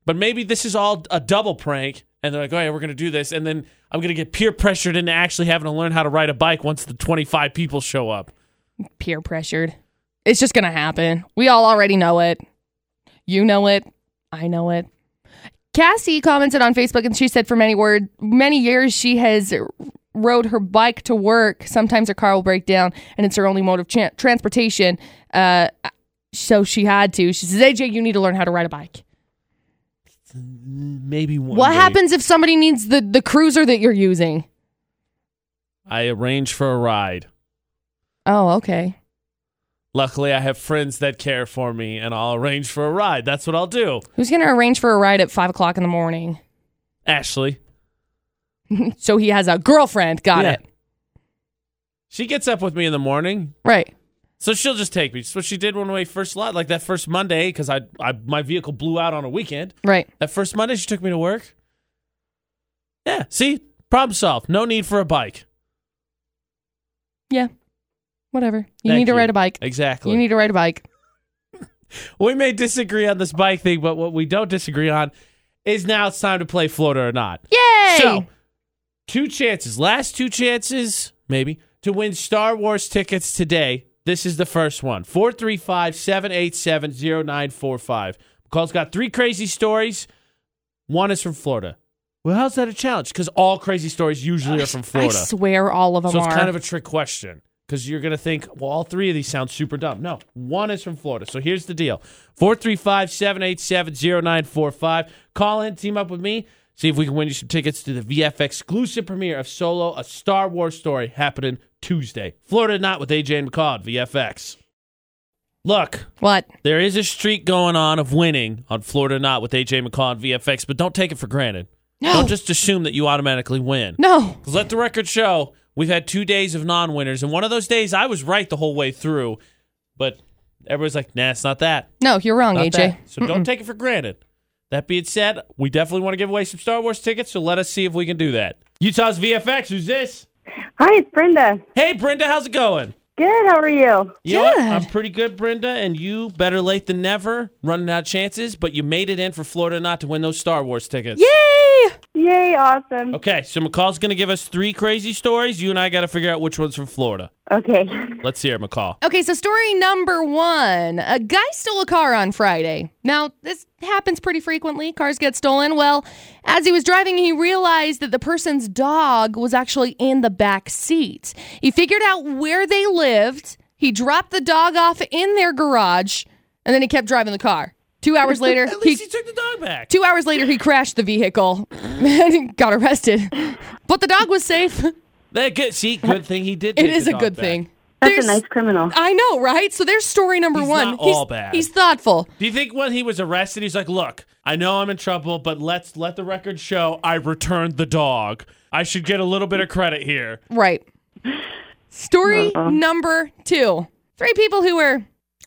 S1: But maybe this is all a double prank. And they're like, oh, yeah, we're going to do this. And then I'm going to get peer pressured into actually having to learn how to ride a bike once the 25 people show up.
S2: Peer pressured. It's just going to happen. We all already know it. You know it. I know it. Cassie commented on Facebook and she said for many word many years she has rode her bike to work. Sometimes her car will break down and it's her only mode of tran- transportation. Uh, so she had to. She says, "AJ, you need to learn how to ride a bike."
S1: Maybe one.
S2: What
S1: day.
S2: happens if somebody needs the the cruiser that you're using?
S1: I arrange for a ride.
S2: Oh, okay.
S1: Luckily, I have friends that care for me, and I'll arrange for a ride. That's what I'll do.
S2: Who's gonna arrange for a ride at five o'clock in the morning?
S1: Ashley.
S2: So he has a girlfriend. Got
S1: Yeah.
S2: it.
S1: She gets up with me in the morning.
S2: Right.
S1: So she'll just take me. That's what she did when we first lot, like that first Monday, because I, I my vehicle blew out on a weekend.
S2: Right.
S1: That first Monday, she took me to work. Yeah, see, problem solved. No need for a bike.
S2: Yeah. Whatever. You
S1: Thank
S2: need to ride a bike.
S1: Exactly.
S2: You need to ride a bike.
S1: we may disagree on this bike thing, but what we don't disagree on is now it's time to play floater or not.
S2: Yay!
S1: So, two chances, last two chances, maybe, to win Star Wars tickets today. This is the first one 435 787 0945. McCall's got three crazy stories. One is from Florida. Well, how's that a challenge? Because all crazy stories usually are from Florida.
S2: I swear all of them
S1: So it's
S2: are.
S1: kind of a trick question because you're going to think, well, all three of these sound super dumb. No, one is from Florida. So here's the deal 435 787 0945. Call in, team up with me. See if we can win you some tickets to the VF exclusive premiere of Solo, a Star Wars story happening Tuesday. Florida Not with AJ and McCall at VFX. Look,
S2: What?
S1: there is a streak going on of winning on Florida Not with AJ McCall and VFX, but don't take it for granted.
S2: No.
S1: Don't just assume that you automatically win.
S2: No.
S1: 'Cause let the record show we've had two days of non winners, and one of those days I was right the whole way through, but everyone's like, nah, it's not that.
S2: No, you're wrong,
S1: Not
S2: AJ.
S1: that. So don't take it for granted. That being said, we definitely want to give away some Star Wars tickets, so let us see if we can do that. Utah's VFX, who's this?
S3: Hi, it's Brenda.
S1: Hey, Brenda, how's it going?
S3: Good, how are you?
S1: You know what?
S2: Good.
S1: I'm pretty good, Brenda, and you better late than never, running out of chances, but you made it in for Florida not to win those Star Wars tickets.
S2: Yay!
S3: Yay, awesome.
S1: Okay, so McCall's going to give us three crazy stories. You and I got to figure out which one's from Florida.
S3: Okay.
S1: Let's hear it, McCall.
S2: Okay, so story number one. A guy stole a car on Friday. Now, this happens pretty frequently. Cars get stolen. Well, as he was driving, he realized that the person's dog was actually in the back seat. He figured out where they lived. He dropped the dog off in their garage, and then he kept driving the car. Two hours later,
S1: At
S2: he
S1: least he took the dog back.
S2: Two hours later, he crashed the vehicle and he got arrested. But the dog was safe.
S1: That good. See, good thing he did.
S2: It
S1: take the
S2: is a
S1: dog
S2: good
S1: back.
S2: thing.
S3: That's
S2: There's-
S3: a nice criminal.
S2: I know, right? So there's story number
S1: He's
S2: one.
S1: not all bad.
S2: he's thoughtful.
S1: Do you think when he was arrested, he's like, "Look, I know I'm in trouble, but let's let the record show I returned the dog. I should get a little bit of credit here."
S2: Right. Story number two. Three people who were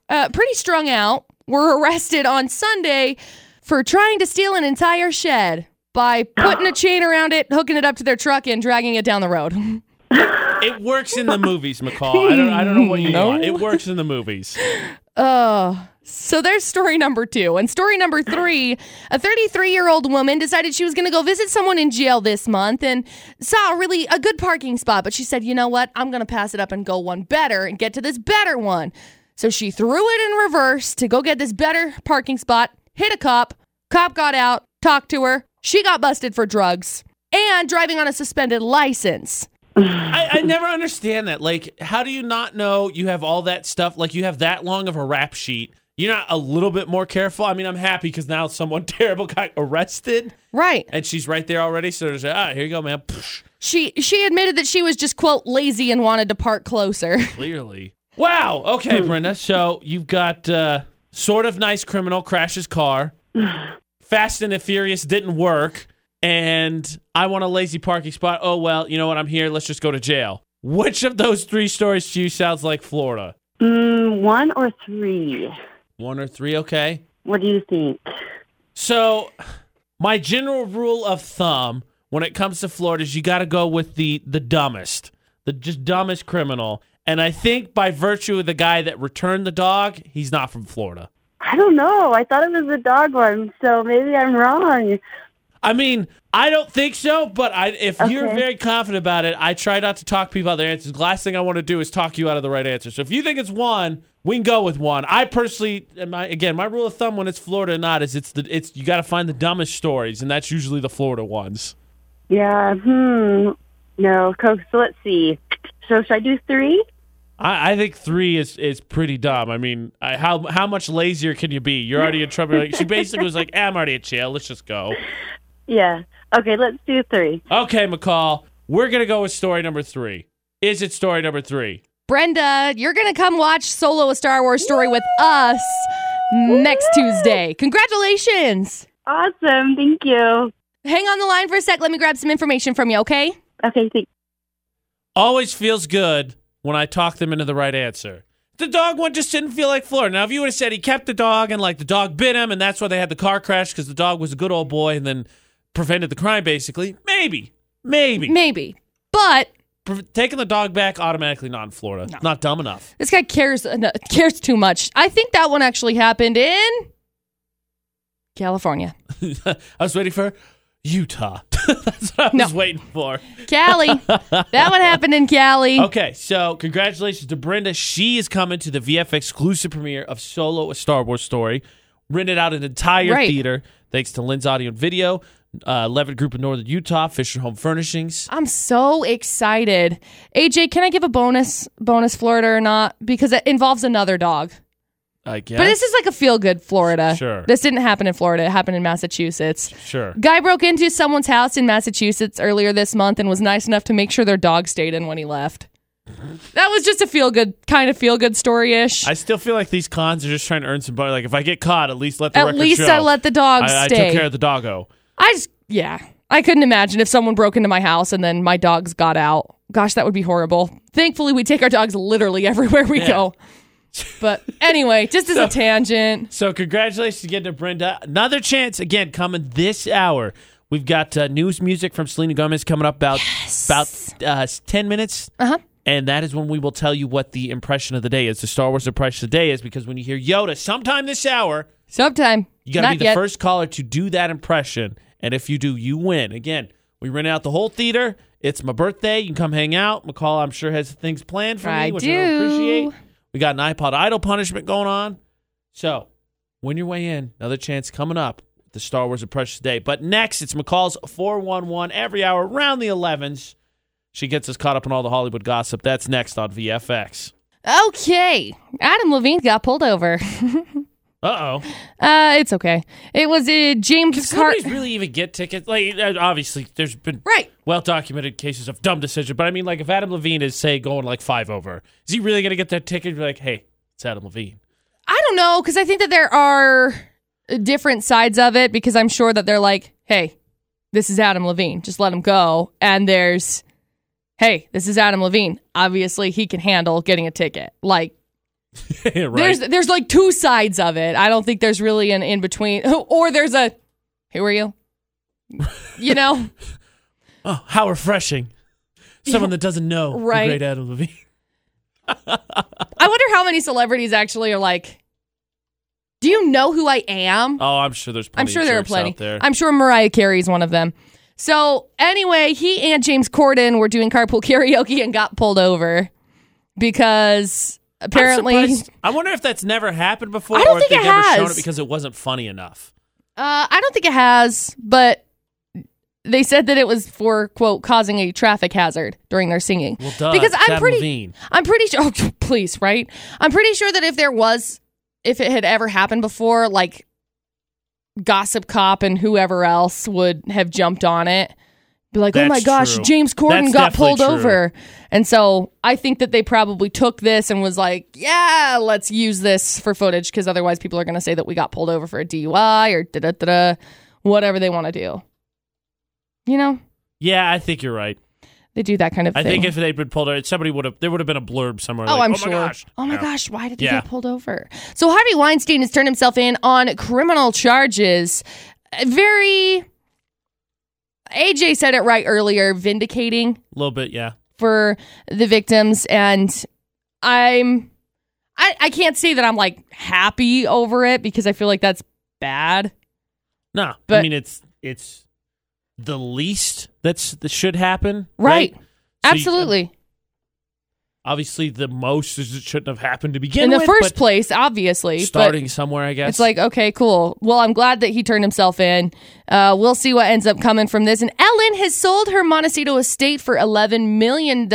S2: uh, pretty strung out were arrested on Sunday for trying to steal an entire shed by putting a chain around it, hooking it up to their truck, and dragging it down the road.
S1: It works in the movies, McCall. I don't, I don't know what you
S2: No.
S1: want. It works in the movies.
S2: Oh, so there's story number two. And story number three a 33 year old woman decided she was going to go visit someone in jail this month and saw a really a good parking spot. But she said, you know what? I'm going to pass it up and go one better and get to this better one. So she threw it in reverse to go get this better parking spot, hit a cop. Cop got out, talked to her. She got busted for drugs and driving on a suspended license.
S1: I, I never understand that. Like, how do you not know you have all that stuff? Like, you have that long of a rap sheet. You're not a little bit more careful. I mean, I'm happy because now someone terrible got arrested,
S2: Right.
S1: and she's right there already. So there's, ah, here you go, man. Psh.
S2: She she admitted that she was just quote lazy and wanted to park closer.
S1: Clearly. Wow. Okay, Brenda. So you've got uh, sort of nice criminal crashes car. Fast and the Furious didn't work, and I want a lazy parking spot. Oh well, you know what? I'm here. Let's just go to jail. Which of those three stories to you sounds like Florida?
S3: Mm, one or three?
S1: One or three? Okay.
S3: What do you think?
S1: So, my general rule of thumb when it comes to Florida is you got to go with the the dumbest, the just dumbest criminal. And I think by virtue of the guy that returned the dog, he's not from Florida.
S3: I don't know. I thought it was the dog one, so maybe I'm wrong.
S1: I mean, I don't think so, but I, if you're
S3: Okay.
S1: very confident about it, I try not to talk people out of their answers. The last thing I want to do is talk you out of the right answer. So if you think it's one, we can go with one. I personally, and my again, my rule of thumb when it's Florida or not is it's the it's you got to find the dumbest stories, and that's usually the Florida ones.
S3: Yeah, hmm. No, co- so let's see. So should I do three?
S1: I, I think three is is pretty dumb. I mean, I, how how much lazier can you be? You're already in trouble. Like, she basically was like, eh, "I'm already in jail. Let's just go."
S3: Yeah. Okay, let's do three.
S1: Okay, McCall, we're gonna go with story number three. Is it story number three?
S2: Brenda, you're going to come watch Solo a Star Wars story with us next Tuesday. Congratulations.
S3: Awesome, thank you.
S2: Hang on the line for a sec. Let me grab some information from you, okay?
S3: Okay, thanks.
S1: always feels good when I talk them into the right answer. The dog one just didn't feel like Florida. Now, if you would have said he kept the dog and like the dog bit him and that's why they had the car crash because the dog was a good old boy and then prevented the crime, basically, maybe, maybe.
S2: Maybe. But
S1: Pre- taking the dog back automatically not in Florida. Not dumb enough.
S2: this guy cares eno- cares too much. I think that one actually happened in California.
S1: I was waiting for Utah. that's what I was waiting for.
S2: Cali. that one happened in Cali.
S1: Okay, so congratulations to Brenda. She is coming to the VF exclusive premiere of Solo: A Star Wars Story. Rented out an entire
S2: Right.
S1: theater thanks to Lynn's Audio and Video, uh, Levitt Group of Northern Utah, Fisher Home Furnishings.
S2: I'm so excited. AJ, can I give a bonus bonus Florida or not because it involves another dog.
S1: I guess.
S2: But this is like a feel good Florida.
S1: Sure.
S2: This didn't happen in Florida. It happened in Massachusetts.
S1: sure.
S2: Guy broke into someone's house in Massachusetts earlier this month and was nice enough to make sure their dog stayed in when he left. That was just a feel good, kind of feel good story ish.
S1: I still feel like these cons are just trying to earn some butter. Like if I get caught, at least let the
S2: At
S1: record
S2: least
S1: show.
S2: I let the dog
S1: I, I
S2: stay.
S1: took care of the doggo.
S2: I just, yeah. I couldn't imagine if someone broke into my house and then my dogs got out. Gosh, that would be horrible. Thankfully, we take our dogs literally everywhere we go. But anyway, just as a tangent,
S1: So congratulations again to Brenda. Another chance again coming this hour. We've got uh, news music from Selena Gomez coming up about about uh, ten minutes. Uh huh. And that is when we will tell you what the impression of the day is. The Star Wars impression of the day is because when you hear Yoda sometime this hour,
S2: sometime.
S1: you got to
S2: Not
S1: be the
S2: yet.
S1: first caller to do that impression. And if you do, you win. Again, we rent out the whole theater. It's my birthday. You can come hang out. McCall, I'm sure, has things planned for me,
S2: I
S1: which I
S2: do.
S1: appreciate. We got an iPod idle punishment going on. So, win your way in. Another chance coming up. The Star Wars impression today. But next, it's McCall's 411 every hour around the 11s. She gets us caught up on all the Hollywood gossip. That's next on VFX.
S2: Okay. Adam Levine got pulled over.
S1: Uh oh.
S2: Uh, it's okay. It was uh, James Car-
S1: Somebody's really even get tickets. Like, uh, obviously, there's been
S2: Right.
S1: well documented cases of dumb decision. But I mean, like if Adam Levine is say going like five over, is he really gonna get that ticket? Be like, hey, it's Adam Levine.
S2: I don't know because I think that there are uh, different sides of it because I'm sure that they're like, hey, this is Adam Levine, just let him go. And there's, hey, this is Adam Levine. Obviously, he can handle getting a ticket. Like
S1: right?
S2: there's there's like two sides of it. I don't think there's really an in between, or there's a, who are you? You know.
S1: oh, how refreshing! Someone that doesn't know the
S2: Right.
S1: great Adam Levine.
S2: I wonder how many celebrities actually are like, do you know who I am?
S1: Oh, I'm sure there's. Plenty
S2: I'm sure there are
S1: jerks
S2: plenty.
S1: out there.
S2: I'm sure Mariah Carey is one of them. So anyway, he and James Corden were doing carpool karaoke and got pulled over because
S1: I'm
S2: apparently
S1: surprised- I wonder if that's never happened before,
S2: I don't
S1: or
S2: think
S1: if they've
S2: it
S1: ever shown
S2: has.
S1: it because it wasn't funny enough.
S2: Uh, I don't think it has, but they said that it was for quote causing a traffic hazard during their singing.
S1: Well, duh,
S2: because
S1: it's
S2: I'm
S1: Adam
S2: pretty,
S1: Levine.
S2: I'm pretty sure. Oh, please, right? I'm pretty sure that if there was, if it had ever happened before, like Gossip Cop and whoever else would have jumped on it, be like, "Oh
S1: That's
S2: my gosh,
S1: true.
S2: James Corden
S1: That's
S2: got pulled
S1: definitely true.
S2: over," and so I think that they probably took this and was like, "Yeah, let's use this for footage because otherwise people are going to say that we got pulled over for a DUI or da da da, whatever they want to do." You know,
S1: Yeah, I think you're right.
S2: they do that kind of
S1: I
S2: thing.
S1: think if they'd been pulled out, somebody would have. There would have been a blurb somewhere.
S2: Oh,
S1: like,
S2: I'm
S1: oh
S2: sure.
S1: My gosh.
S2: Oh my
S1: Yeah.
S2: gosh, why did
S1: Yeah.
S2: he get pulled over? So Harvey Weinstein has turned himself in on criminal charges. Uh, Very AJ said it right earlier, vindicating
S1: A little bit, yeah.
S2: for the victims and I'm I, I can't say that I'm like happy over it because I feel like that's bad.
S1: No, I
S2: But-
S1: mean it's it's the least that's that should happen,
S2: Right.
S1: So you-
S2: Absolutely.
S1: obviously, the most is it shouldn't have happened to begin
S2: In the
S1: with,
S2: first
S1: but
S2: place, obviously. but-
S1: starting somewhere, I guess.
S2: It's like, okay, cool. Well, I'm glad that he turned himself in. Uh, we'll see what ends up coming from this. And Ellen has sold her Montecito estate for $11 million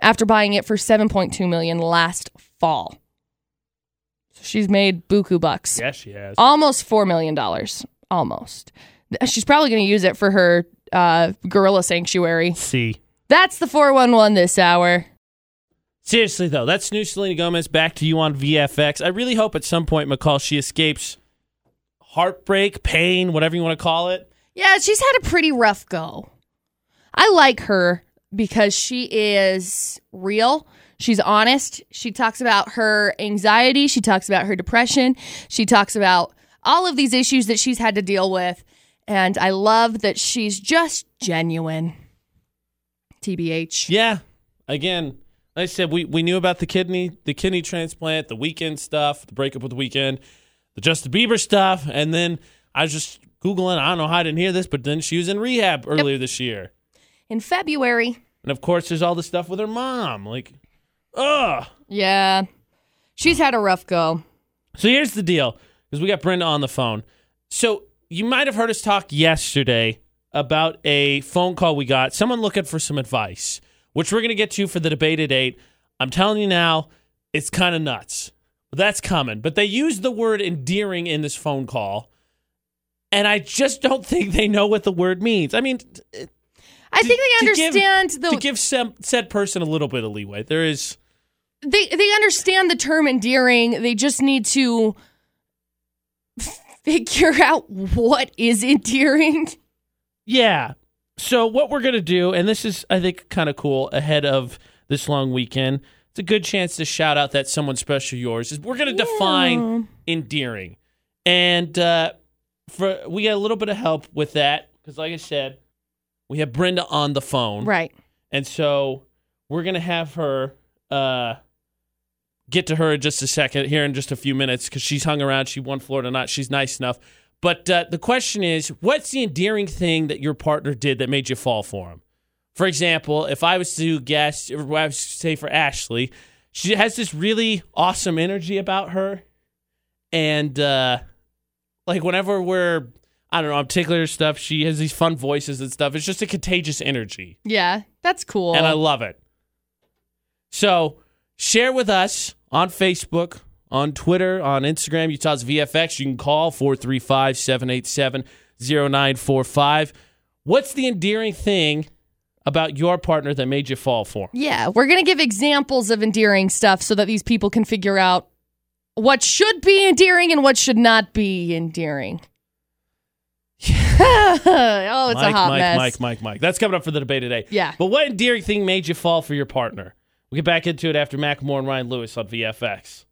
S2: after buying it for $7.2 million last fall. So she's made buku bucks.
S1: yeah, she has.
S2: Almost $4 million. Almost. Th- She's probably going to use it for her uh, gorilla sanctuary.
S1: See,
S2: That's the 411 this hour.
S1: seriously though, that's new Selena Gomez. Back to you on VFX. I really hope at some point, McCall, she escapes heartbreak, pain, whatever you want to call it.
S2: Yeah, she's had a pretty rough go. I like her because she is real. She's honest. She talks about her anxiety. She talks about her depression. She talks about all of these issues that she's had to deal with. And I love that she's just genuine. TBH.
S1: Yeah. Again, like I said, we, we knew about the kidney, the kidney transplant, the weekend stuff, the breakup with the weekend, the Justin Bieber stuff, and then I was just googling. I don't know how I didn't hear this, but then she was in rehab earlier this year,
S2: In February.
S1: and of course, there's all the stuff with her mom. Like, ugh.
S2: Yeah. She's had a rough go.
S1: So here's the deal, because we got Brenda on the phone. So you might have heard us talk yesterday about a phone call we got, someone looking for some advice, which we're going to get to for the debate at eight. I'm telling you now, it's kind of nuts. That's coming. But they used the word endearing in this phone call. And I just don't think they know what the word means. I mean,
S2: I think they
S1: to give-
S2: understand the
S1: to give some, said person a little bit of leeway, there is.
S2: they they understand the term endearing. They just need to figure out what is endearing.
S1: Yeah. So what we're gonna do, and this is I think kind of cool ahead of this long weekend. It's a good chance to shout out that someone special yours is. We're gonna define endearing, and uh, for we got a little bit of help with that because, like I said, we have Brenda on the phone,
S2: Right.
S1: and so we're gonna have her uh, get to her in just a second here in just a few minutes because she's hung around. She won Florida not. She's nice enough. But uh, the question is, what's the endearing thing that your partner did that made you fall for him? For example, if I was to guess, or I was to say for Ashley, she has this really awesome energy about her, and uh, like whenever we're, I don't know, I'm tickling her stuff. She has these fun voices and stuff. It's just a contagious energy
S2: Yeah, that's cool.
S1: and I love it. So share with us on Facebook, on Twitter, on Instagram, Utah's VFX. You can call 435 787 0945. What's the endearing thing about your partner that made you fall for? 'em?
S2: yeah, we're gonna give examples of endearing stuff so that these people can figure out what should be endearing and what should not be endearing. oh, it's a
S1: Mike,
S2: hot
S1: Mike,
S2: mess.
S1: Mike, Mike, Mike. That's coming up for the debate today.
S2: Yeah.
S1: But what endearing thing made you fall for your partner? We'll get back into it after Mackmore and Ryan Lewis on VFX.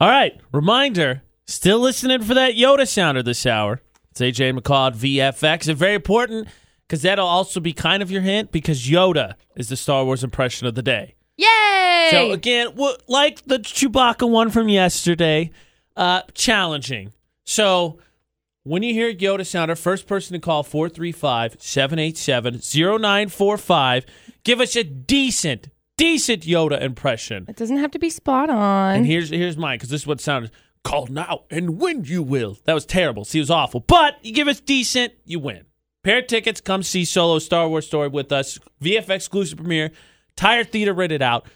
S1: All right. Reminder still listening for that Yoda sounder this hour. It's AJ McCall at VFX. And very important because that'll also be kind of your hint because Yoda is the Star Wars impression of the day.
S2: Yay!
S1: So again, w- like the Chewbacca one from yesterday, uh, challenging. So when you hear Yoda sounder, first person to call 435-787-0945, give us a decent, decent Yoda impression.
S2: it doesn't have to be spot on.
S1: And here's here's mine because this is what sounded. Call now and win you will. That was terrible. See, it was awful. But you give us decent, you win. Pair of tickets. Come see Solo Star Wars Story with us. VFX exclusive premiere. Tire Theater rented out.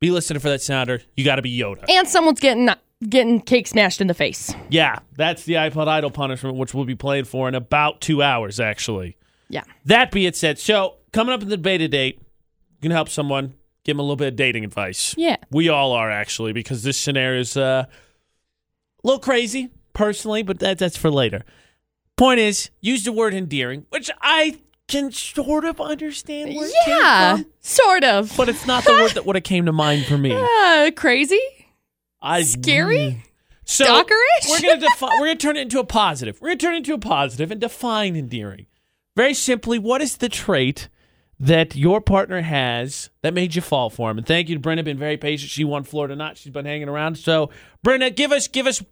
S1: Be listening for that sounder. You got to be Yoda.
S2: and someone's getting getting cake smashed in the face.
S1: Yeah, that's the iPod Idol punishment, which we'll be playing for in about two hours, actually.
S2: Yeah.
S1: That being said, so coming up in the beta date, you can help someone, give them a little bit of dating advice.
S2: Yeah.
S1: We all are actually because this scenario is uh, a little crazy personally, but that that's for later. Point is, use the word endearing, which I can sort of understand where it came
S2: Yeah.
S1: from,
S2: Sort of.
S1: but it's not the word that would have came to mind for me.
S2: uh, crazy?
S1: I,
S2: Scary?
S1: so
S2: Stalkerish?
S1: We're gonna defi- we're gonna turn it into a positive. We're gonna turn it into a positive and define endearing. Very simply, what is the trait that your partner has that made you fall for him? And thank you to Brenda, been very patient. She won Florida not. She's been hanging around. So Brenda, give us give us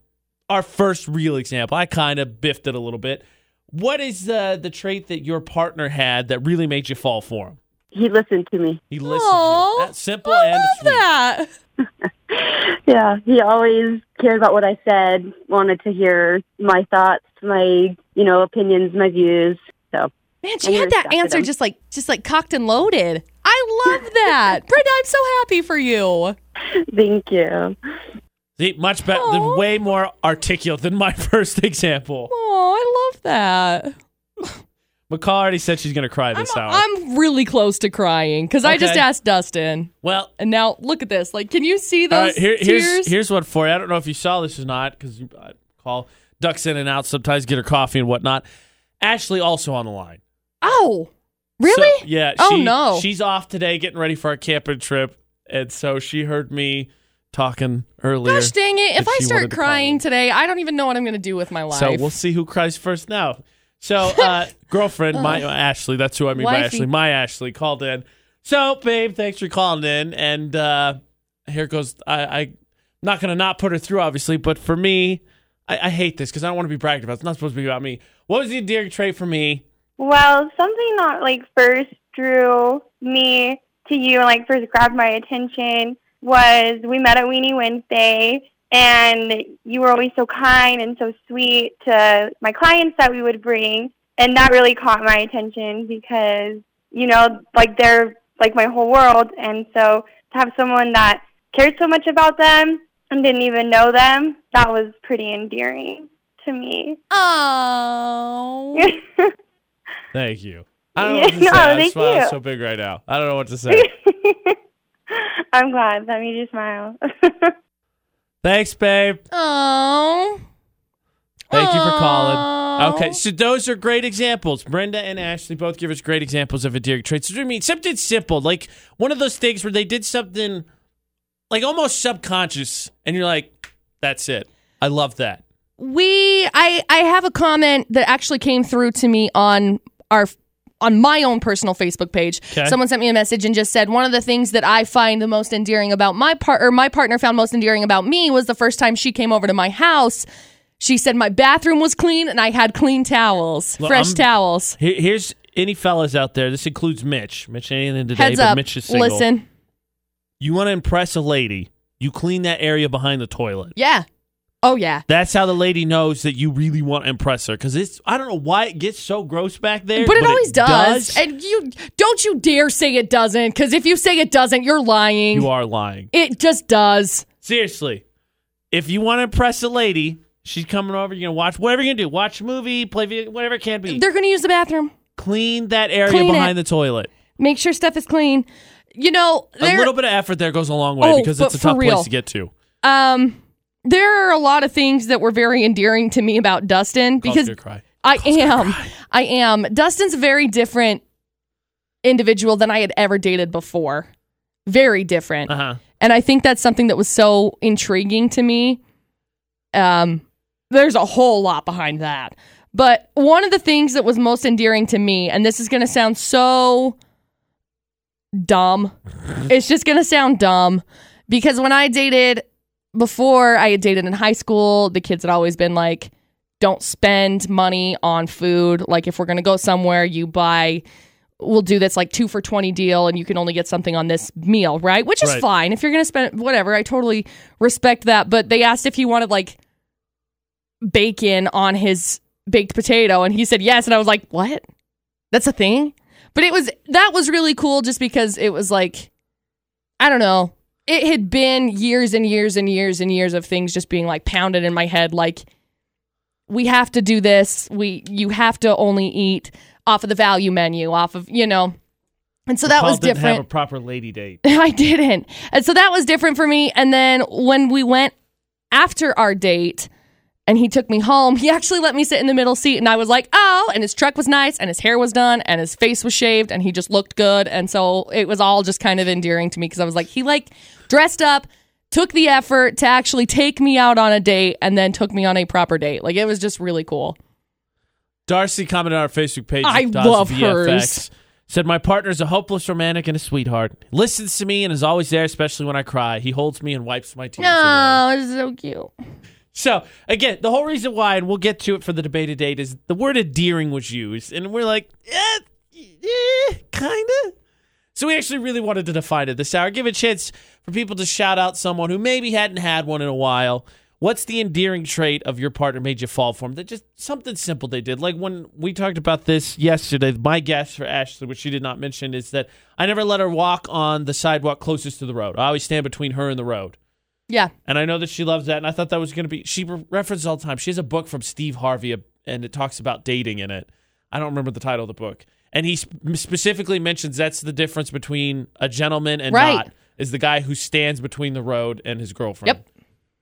S1: our first real example. I kind of biffed it a little bit. What is uh, the trait that your partner had that really made you fall for him?
S3: He listened to me.
S1: He listens.
S2: Aw,
S1: That's simple
S2: I
S1: and
S2: love
S1: sweet.
S2: that.
S3: Yeah, he always cared about what I said, wanted to hear my thoughts, my, you know, opinions, my views. So,
S2: Man,
S3: I
S2: she had that
S3: respected
S2: answer
S3: him.
S2: just like just like cocked and loaded. I love that. Brenda, I'm so happy for you.
S3: thank you.
S1: See, much better,
S2: Aw.
S1: way more articulate than my first example.
S2: Oh, I love that.
S1: McCall already said she's going to cry
S2: I'm,
S1: this hour.
S2: I'm really close to crying because I just
S1: Okay.
S2: asked Dustin.
S1: well,
S2: And now look at this. Like, can you see
S1: all
S2: those
S1: right, here,
S2: tears?
S1: here's here's one for you. I don't know if you saw this or not because call ducks in and out sometimes, get her coffee and whatnot. Ashley also on the line.
S2: Oh,
S1: So,
S2: really?
S1: yeah.
S2: Oh,
S1: she-
S2: no.
S1: She's off today, getting ready for our camping trip, and so she heard me talking earlier.
S2: Gosh dang it. If
S1: that
S2: I
S1: she
S2: start
S1: wanted to call
S2: crying
S1: in.
S2: today, I don't even know what I'm going to do with my life.
S1: so we'll see who cries first now. So uh, girlfriend, my
S4: Uh-huh.
S1: Ashley, that's who I mean by
S2: Wifey.
S1: Ashley. My Ashley called in. So babe, thanks for calling in. And uh, here goes. I, I not gonna not put her through, obviously, but for me, I, I hate this because I don't want to be bragged about. It's not supposed to be about me. What was the endearing trait for me?
S4: Well, something that like first drew me to you and like first grabbed my attention was we met at Weenie Wednesday and you were always so kind and so sweet to my clients that we would bring and that really caught my attention because you know like they're like my whole world and so to have someone that cared so much about them and didn't even know them, that was pretty endearing to me.
S2: Oh.
S1: Thank you. I don't know what
S4: Yeah,
S1: to say.
S4: no,
S1: I'm
S4: thank
S1: smiling
S4: you.
S1: so big right now. I don't know what to say.
S4: I'm glad that made you smile.
S1: Thanks, babe.
S2: Oh.
S1: Thank you for
S2: Aw.
S1: calling. Okay, so those are great examples. Brenda and Ashley both give us great examples of endearing traits. I mean, something simple, like one of those things where they did something like almost subconscious, and you're like, that's it. I love that.
S2: we I I have a comment that actually came through to me on our on my own personal Facebook page.
S1: Okay.
S2: Someone sent me a message and just said one of the things that I find the most endearing about my part or my partner found most endearing about me was the first time she came over to my house. She said my bathroom was clean and I had clean towels,
S1: Well,
S2: fresh
S1: I'm-
S2: towels.
S1: Here- Here's any fellas out there. This includes Mitch. Mitch ain't in today,
S2: Heads
S1: but
S2: up.
S1: Mitch is single.
S2: Listen.
S1: You want to impress a lady, you clean that area behind the toilet.
S2: Yeah. Oh yeah.
S1: That's how the lady knows that you really want to impress her. Because it's I don't know why it gets so gross back there,
S2: But it always does.
S1: does.
S2: And you don't you dare say it doesn't cuz if you say it doesn't, you're lying.
S1: you are lying.
S2: It just does.
S1: Seriously, if you want to impress a lady, she's coming over. You're gonna watch whatever you're gonna do. Watch a movie, play video, whatever it can be.
S2: They're going to use the bathroom.
S1: clean that area
S2: Clean it.
S1: behind the toilet.
S2: make sure stuff is clean. You know,
S1: A
S2: there
S1: little bit of effort there goes a long way
S2: Oh,
S1: because
S2: but
S1: it's a
S2: for
S1: tough
S2: real.
S1: place to get to.
S2: um there are a lot of things that were very endearing to me about Dustin
S1: Cause
S2: because
S1: you cry.
S2: I am I am Dustin's a very different individual than I had ever dated before. Very different.
S1: Uh huh.
S2: And I think that's something that was so intriguing to me. Um, there's a whole lot behind that. But one of the things that was most endearing to me, and this is going to sound so dumb, it's just going to sound dumb because when I dated before, I had dated in high school, the kids had always been like, don't spend money on food. Like, if we're going to go somewhere, you buy we'll do this like two for 20 deal and you can only get something on this meal, right? Which is
S1: Right.
S2: fine. If you're going to spend whatever, I totally respect that. But they asked if he wanted like bacon on his baked potato and he said yes. And I was like, what? That's a thing? But it was, that was really cool just because it was like, I don't know. It had been years and years and years and years of things just being like pounded in my head like, we have to do this. We you have to only eat off of the value menu, off of you know. And so that was
S1: didn't Have a
S2: different.
S1: proper lady date.
S2: I didn't. And so that was different for me. And then when we went after our date and he took me home, he actually let me sit in the middle seat and I was like, "Oh." And his truck was nice and his hair was done and his face was shaved and he just looked good. And so it was all just kind of endearing to me cuz I was like, he like dressed up Took the effort to actually take me out on a date and then took me on a proper date. Like, it was just really cool.
S1: Darcy commented on our Facebook page.
S2: I
S1: Daz
S2: love
S1: VFX,
S2: hers.
S1: Said my partner's a hopeless romantic and a sweetheart. Listens to me and is always there, especially when I cry. He holds me and wipes my tears. away.
S2: No, it's so cute.
S1: So again, the whole reason why, and we'll get to it for the debate date, is the word endearing was used, and we're like, eh, eh, kinda. So we actually really wanted to define it this hour. Give a chance for people to shout out someone who maybe hadn't had one in a while. What's the endearing trait of your partner made you fall for? 'em? That just something simple they did. Like when we talked about this yesterday, my guess for Ashley, which she did not mention, is that I never let her walk on the sidewalk closest to the road. I always stand between her and the road.
S2: Yeah.
S1: And I know that she loves that. And I thought that was going to be, she re- references all the time. She has a book from Steve Harvey uh, and it talks about dating in it. I don't remember the title of the book. And he sp- specifically mentions that's the difference between a gentleman and
S2: Right.
S1: not is the guy who stands between the road and his girlfriend.
S2: Yep.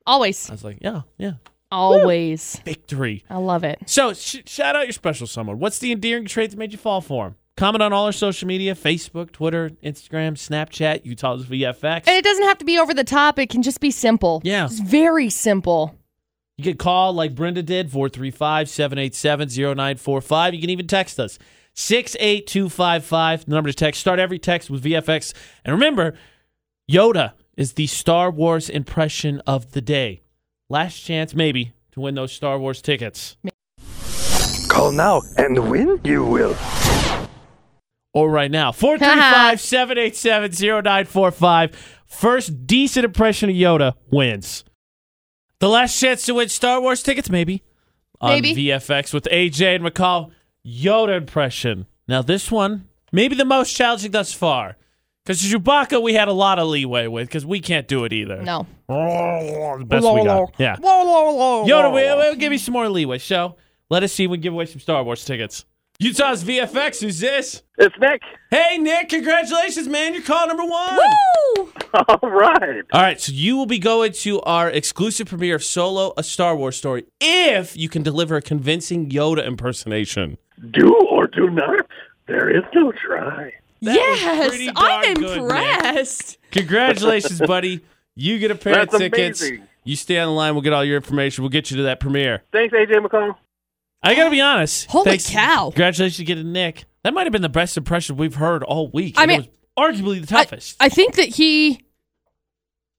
S2: Always.
S1: I was like, yeah, yeah,
S2: Always.
S1: victory.
S2: I love it.
S1: So sh- shout out your special someone. What's the endearing trait that made you fall for him? Comment on all our social media Facebook, Twitter, Instagram, Snapchat, Utah's VFX.
S2: And it doesn't have to be over the top. It can just be simple.
S1: Yeah.
S2: It's very simple.
S1: You can call like Brenda did, 435 787 0945. You can even text us, 68255. The number to text. Start every text with VFX. And remember, Yoda is the Star Wars impression of the day. Last chance, maybe, to win those Star Wars tickets.
S5: Call now and win you will.
S1: Or right now, 435 787 0945. First decent impression of Yoda wins. The last chance to win Star Wars tickets, maybe. on
S2: Maybe.
S1: VFX with AJ and McCall. Yoda impression. Now this one, maybe the most challenging thus far. Because Chewbacca, we had a lot of leeway with because we can't do it either.
S2: No.
S1: The best we got. Yeah. Yoda, we'll, we'll give you some more leeway. So let us see if we can give away some Star Wars tickets. Utah's VFX, who's this?
S6: It's Nick.
S1: Hey, Nick, congratulations, man. You're call number one.
S2: Woo!
S6: All right.
S1: All right, so you will be going to our exclusive premiere of Solo, a Star Wars story, if you can deliver a convincing Yoda impersonation.
S6: Do or do not. There is no try.
S1: That was pretty
S2: yes,
S1: darn
S2: I'm
S1: good, Nick.
S2: impressed.
S1: Congratulations, buddy. You get a pair
S6: That's
S1: of tickets.
S6: amazing.
S1: You stay on the line. We'll get all your information. We'll get you to that premiere.
S6: Thanks, AJ McCall.
S1: I got to be honest.
S2: Holy
S1: Thanks-
S2: cow.
S1: Congratulations again to Nick. That might have been the best impression we've heard all week.
S2: I
S1: and it
S2: mean-
S1: was arguably the toughest.
S2: I think that he.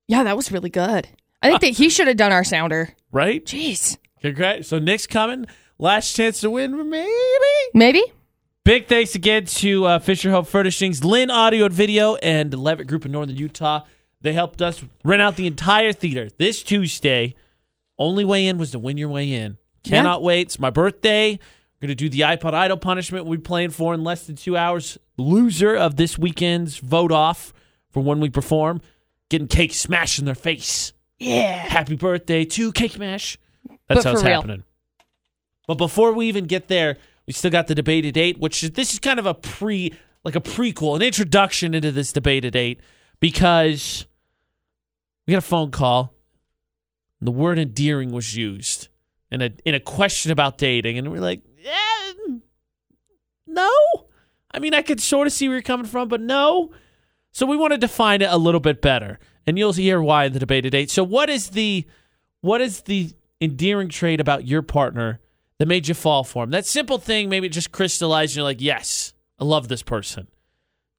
S2: Yeah, that was really good. I think that he should have done our sounder.
S1: right?
S2: Jeez.
S1: Congrats. So Nick's coming. Last chance to win, maybe?
S2: Maybe?
S1: Big thanks again to uh, Fisher Hope Furnishings, Lynn Audio and Video, and Levitt Group in Northern Utah. They helped us rent out the entire theater this Tuesday. Only way in was to win your way in. Cannot wait. It's my birthday. going to do the iPod Idol punishment we'll be playing for in less than two hours. Loser of this weekend's vote off for when we perform, getting cake smashed in their face. Yeah. Happy birthday to Cake Mash. That's how
S2: But for
S1: it's
S2: real.
S1: happening. But before we even get there, we still got the debate at eight, which is, this is kind of a pre, like a prequel, an introduction into this debate at eight, because we got a phone call. The word endearing was used in a in a question about dating, and we're like, eh, no. I mean, I could sort of see where you're coming from, but no. So we want to define it a little bit better, and you'll hear why in the debate at eight. So, what is the what is the endearing trait about your partner that made you fall for him? That simple thing, maybe it just crystallized, and you're like, yes, I love this person.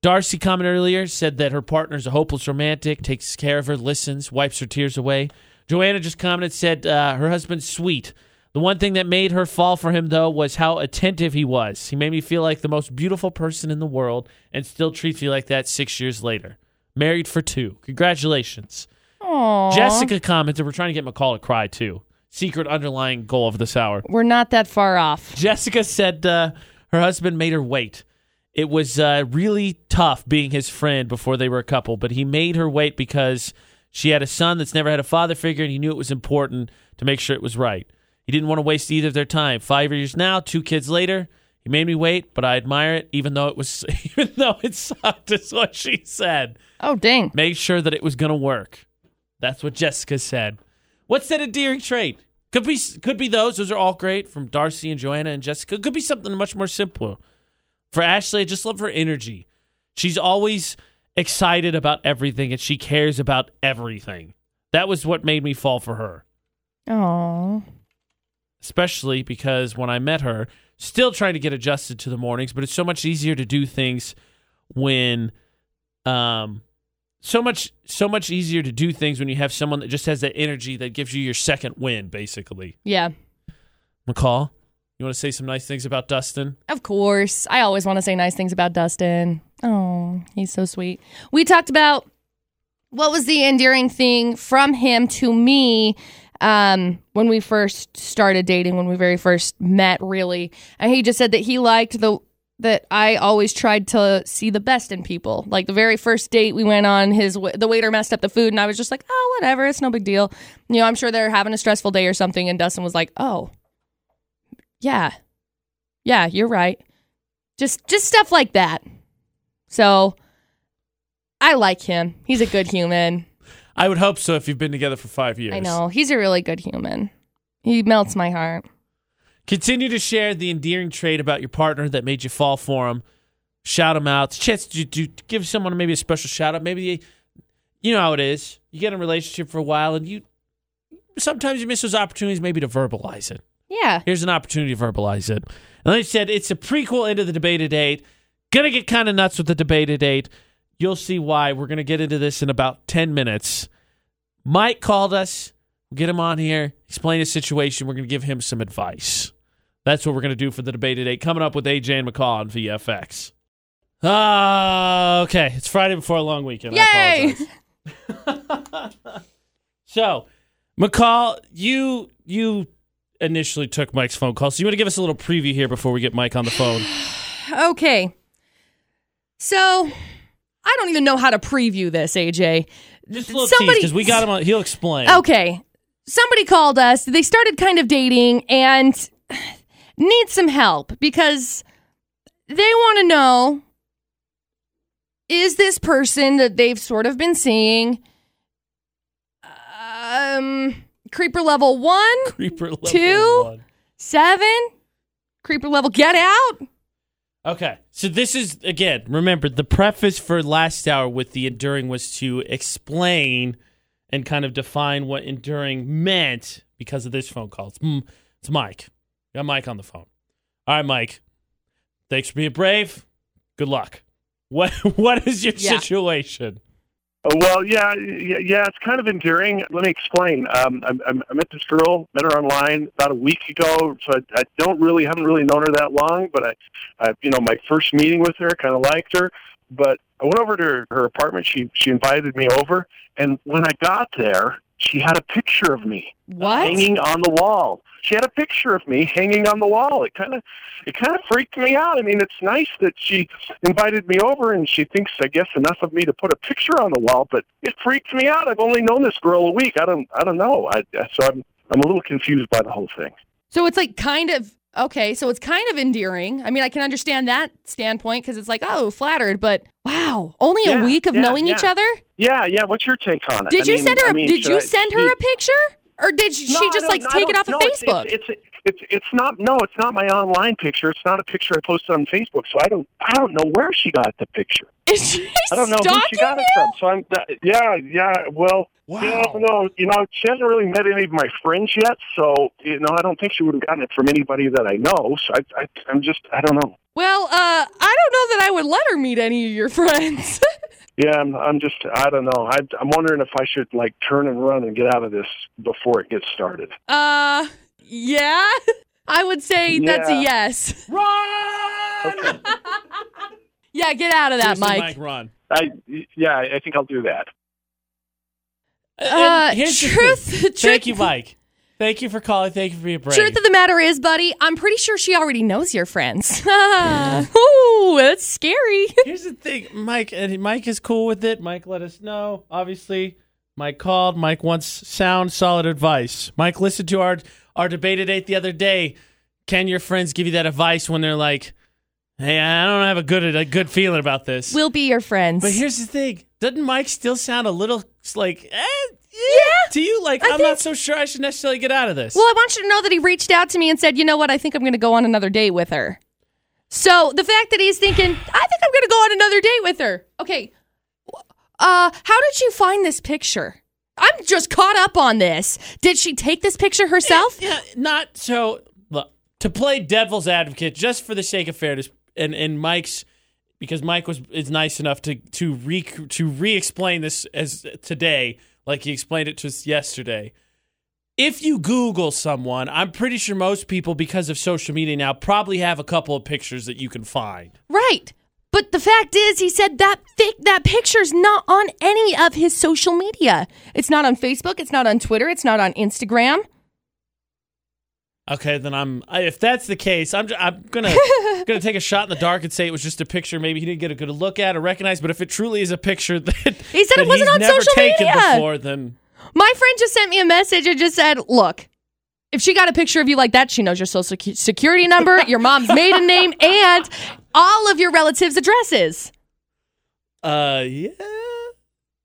S1: Darcy commented earlier, said that her partner's a hopeless romantic, takes care of her, listens, wipes her tears away. Joanna just commented, said uh, her husband's sweet. The one thing that made her fall for him, though, was how attentive he was. He made me feel like the most beautiful person in the world and still treats me like that six years later. Married for two. Congratulations.
S2: Aww.
S1: Jessica commented, we're trying to get McCall to cry too. Secret underlying goal of this hour.
S2: We're not that far off.
S1: Jessica said uh, her husband made her wait. It was uh, really tough being his friend before they were a couple, but he made her wait because she had a son that's never had a father figure, and he knew it was important to make sure it was right. He didn't want to waste either of their time. Five years now, two kids later, he made me wait, but I admire it, even though it was, even though it sucked. Is what she said.
S2: Oh, dang.
S1: Make sure that it was going to work. That's what Jessica said. What's that endearing trait? Could be could be those. Those are all great from Darcy and Joanna and Jessica. Could be something much more simple. For Ashley, I just love her energy. She's always excited about everything and she cares about everything. That was what made me fall for her
S2: Oh.
S1: especially because when I met her, still trying to get adjusted to the mornings, but it's so much easier to do things when um so much so much easier to do things when you have someone that just has that energy that gives you your second win basically.
S2: Yeah.
S1: McCall, you want to say some nice things about Dustin?
S2: Of course. I always want to say nice things about Dustin. Oh, he's so sweet. We talked about what was the endearing thing from him to me um, when we first started dating, when we very first met, really. And he just said that he liked the that I always tried to see the best in people. Like the very first date we went on, his wa- the waiter messed up the food, and I was just like, "Oh, whatever, it's no big deal." You know, I'm sure they're having a stressful day or something, and Dustin was like, "Oh, yeah, yeah, you're right. Just just stuff like that. So I like him. He's a good human.
S1: I would hope so if you've been together for 5 years.
S2: I know. He's a really good human. He melts my heart.
S1: Continue to share the endearing trait about your partner that made you fall for him. Shout them out. It's a Chance to, to give someone maybe a special shout out. Maybe they, you know how it is. You get in a relationship for a while, and you sometimes you miss those opportunities maybe to verbalize it.
S2: Yeah.
S1: Here's an opportunity to verbalize it. And like I said, it's a prequel into the debate at eight. Gonna get kind of nuts with the debate at eight. You'll see why. We're gonna get into this in about ten minutes. Mike called us. We'll get him on here, explain his situation. We're gonna give him some advice. That's what we're gonna do for the debate at eight. Coming up with AJ and McCall on VFX. Ah, okay. It's Friday before a long weekend. I
S2: Yay!
S1: apologize. So, McCall, you you initially took Mike's phone call. So you want to give us a little preview here before we get Mike on the phone?
S2: Okay. So I don't even know how to preview this, AJ.
S1: Just a little
S2: Somebody-
S1: because we got him. On, he'll explain.
S2: Okay. Somebody called us. They started kind of dating and need some help because they want to know is this person that they've sort of been seeing um creeper level 1,
S1: Creeper level
S2: Two?
S1: one.
S2: 7, creeper level get out?
S1: Okay. So this is again, remember the preface for last hour with the enduring was to explain and kind of define what enduring meant because of this phone call. It's, mm, it's Mike. Got Mike on the phone. All right, Mike. Thanks for being brave. Good luck. What what is your
S2: Yeah.
S1: situation?
S6: Oh, Well, yeah, yeah, yeah, it's kind of enduring. Let me explain. Um, I, I I met this girl, met her online about a week ago, so I, I don't really, haven't really known her that long, but I, I, you know, my first meeting with her, kind of liked her, but I went over to her, her apartment. She, she invited me over, and when I got there, she had a picture of me
S2: What?
S6: hanging on the wall. She had a picture of me hanging on the wall. It kind of, it kind of freaked me out. I mean, it's nice that she invited me over, and she thinks, I guess, enough of me to put a picture on the wall. But it freaks me out. I've only known this girl a week. I don't, I don't know. I, so I'm, I'm a little confused by the whole thing.
S2: So it's like kind of okay, so it's kind of endearing. I mean, I can understand that standpoint cuz it's like, oh, flattered, but wow, only a
S6: Yeah,
S2: week of
S6: yeah,
S2: knowing each
S6: yeah.
S2: other?
S6: Yeah, yeah. What's your take on it?
S2: Did
S6: I
S2: you
S6: mean-
S2: send her? A,
S6: I mean,
S2: did
S6: should
S2: you
S6: I-
S2: send her a picture, or did she,
S6: No,
S2: she
S6: I
S2: just
S6: don't-
S2: like
S6: no, I
S2: take it
S6: don't-
S2: off
S6: no,
S2: of
S6: it's-
S2: Facebook?
S6: It's, it's it's it's not no, it's not my online picture. It's not a picture I posted on Facebook. So I don't I don't know where she got the picture.
S2: Is she
S6: I don't know who she
S2: stalking
S6: got it
S2: you?
S6: from. So I'm, yeah, yeah. Well, you
S1: Wow.
S6: know, no, you know, she hasn't really met any of my friends yet, so you know, I don't think she would have gotten it from anybody that I know. So I, I, I'm just, I don't know.
S2: Well, uh, I don't know that I would let her meet any of your friends.
S6: Yeah, I'm, I'm just, I don't know. I, I'm wondering if I should like turn and run and get out of this before it gets started.
S2: uh, yeah, I would say that's a
S6: Yeah.
S2: yes.
S1: Run!
S2: Yeah, get out of that,
S1: Seriously,
S2: Mike.
S1: run.
S6: I, yeah, I think I'll do that.
S2: Uh,
S1: And here's the thing.
S2: truth, truth,
S1: Thank you, Mike. Thank you for calling. Thank you for being brave.
S2: Truth of the matter is, buddy, I'm pretty sure she already knows your friends. Ooh, that's scary.
S1: Here's the thing, Mike. And Mike is cool with it. Mike let us know. Obviously, Mike called. Mike wants sound, solid advice. Mike listened to our our debate date the other day. Can your friends give you that advice when they're like, "Hey, I don't have a good a good feeling about this."
S2: we'll be your friends.
S1: but here's the thing: doesn't Mike still sound a little like, eh,
S2: yeah.
S1: to you? Like,
S2: I
S1: I'm
S2: think-
S1: not so sure I should necessarily get out of this.
S2: Well, I want you to know that he reached out to me and said, you know what? I think I'm going to go on another date with her. So the fact that he's thinking, I think I'm going to go on another date with her. Okay. Uh, how did you find this picture? I'm just caught up on this. Did she take this picture herself?
S1: Yeah, not so. Look, to play devil's advocate, just for the sake of fairness, and and Mike's because Mike was is nice enough to to re to re explain this as today, like he explained it to us yesterday. If you Google someone, I'm pretty sure most people, because of social media now, probably have a couple of pictures that you can find.
S2: Right. But the fact is, he said that fake that picture's not on any of his social media. It's not on Facebook. It's not on Twitter. It's not on Instagram.
S1: Okay, then I'm. I, if that's the case, I'm. j- I'm gonna gonna take a shot in the dark and say it was just a picture. Maybe he didn't get a good look at or recognize. But if it truly is a picture that
S2: He said it
S1: that
S2: wasn't
S1: he's
S2: on
S1: never
S2: social
S1: taken
S2: media.
S1: before, then
S2: My friend just sent me a message and just said, "Look, if she got a picture of you like that, she knows your social secu- security number, your mom's maiden name, and all of your relatives' addresses."
S1: uh, yeah,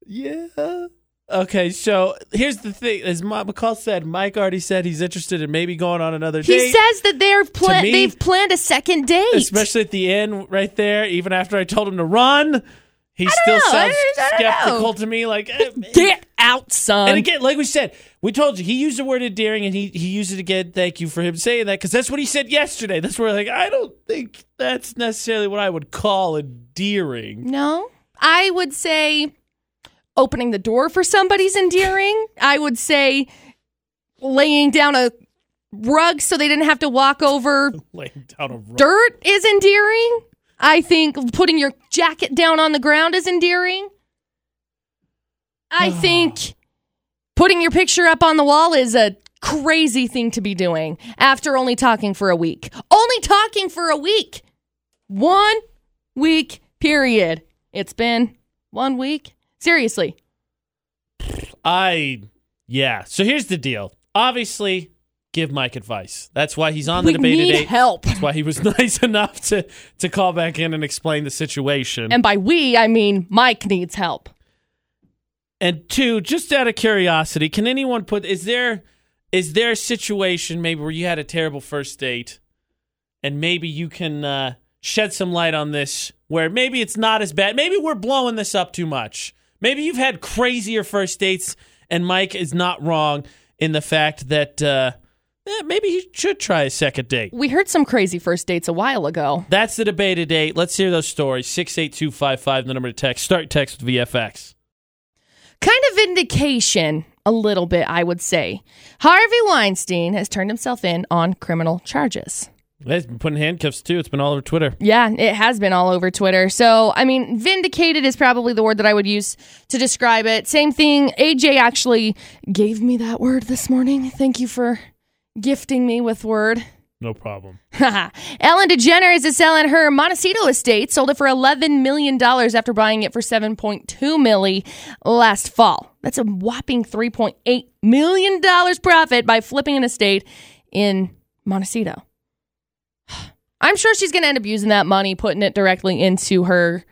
S1: yeah. Okay, so here's the thing: as Ma- McCall said, Mike already said he's interested in maybe going on another
S2: He
S1: date.
S2: says that they're pla-
S1: to me-
S2: they've planned a second date.
S1: especially at the end, right there. Even after I told him to run, he still
S2: know.
S1: sounds
S2: I don't- I don't know.
S1: skeptical to me. Like, eh,
S2: Get out, son.
S1: And again, like we said, we told you he used the word endearing, and he he used it again. Thank you for him saying that because that's what he said yesterday. That's where like I don't think that's necessarily what I would call endearing.
S2: no, I would say opening the door for somebody's endearing. I would say laying down a rug so they didn't have to walk over
S1: Laying down a road.
S2: dirt is endearing. I think putting your jacket down on the ground is endearing. I think putting your picture up on the wall is a crazy thing to be doing after only talking for a week. Only talking for a week. One week period. It's been One week? Seriously.
S1: I yeah. So here's the deal. Obviously, give Mike advice. That's why he's on
S2: we
S1: the debate
S2: need
S1: today.
S2: help.
S1: That's why he was nice enough to to call back in and explain the situation.
S2: And by we, I mean Mike needs help.
S1: And two, just out of curiosity, can anyone put is there is there a situation maybe where you had a terrible first date and maybe you can uh, shed some light on this where maybe it's not as bad. Maybe we're blowing this up too much. Maybe you've had crazier first dates and Mike is not wrong in the fact that uh, eh, maybe he should try a second date.
S2: We heard some crazy first dates a while ago.
S1: That's the debate today. Let's hear those stories. 68255 the number to text. Start text with VFX.
S2: kind of indication, a little bit, I would say. Harvey Weinstein has turned himself in on criminal charges.
S1: They've been putting handcuffs too. It's been all over Twitter.
S2: Yeah, it has been all over Twitter. So, I mean, vindicated is probably the word that I would use to describe it. Same thing. AJ actually gave me that word this morning. Thank you for gifting me with word.
S1: No problem.
S2: Ellen DeGeneres is selling her Montecito estate, sold it for $11 million after buying it for 7.2 milli last fall. That's a whopping $3.8 million profit by flipping an estate in Montecito. I'm sure she's going to end up using that money, putting it directly into her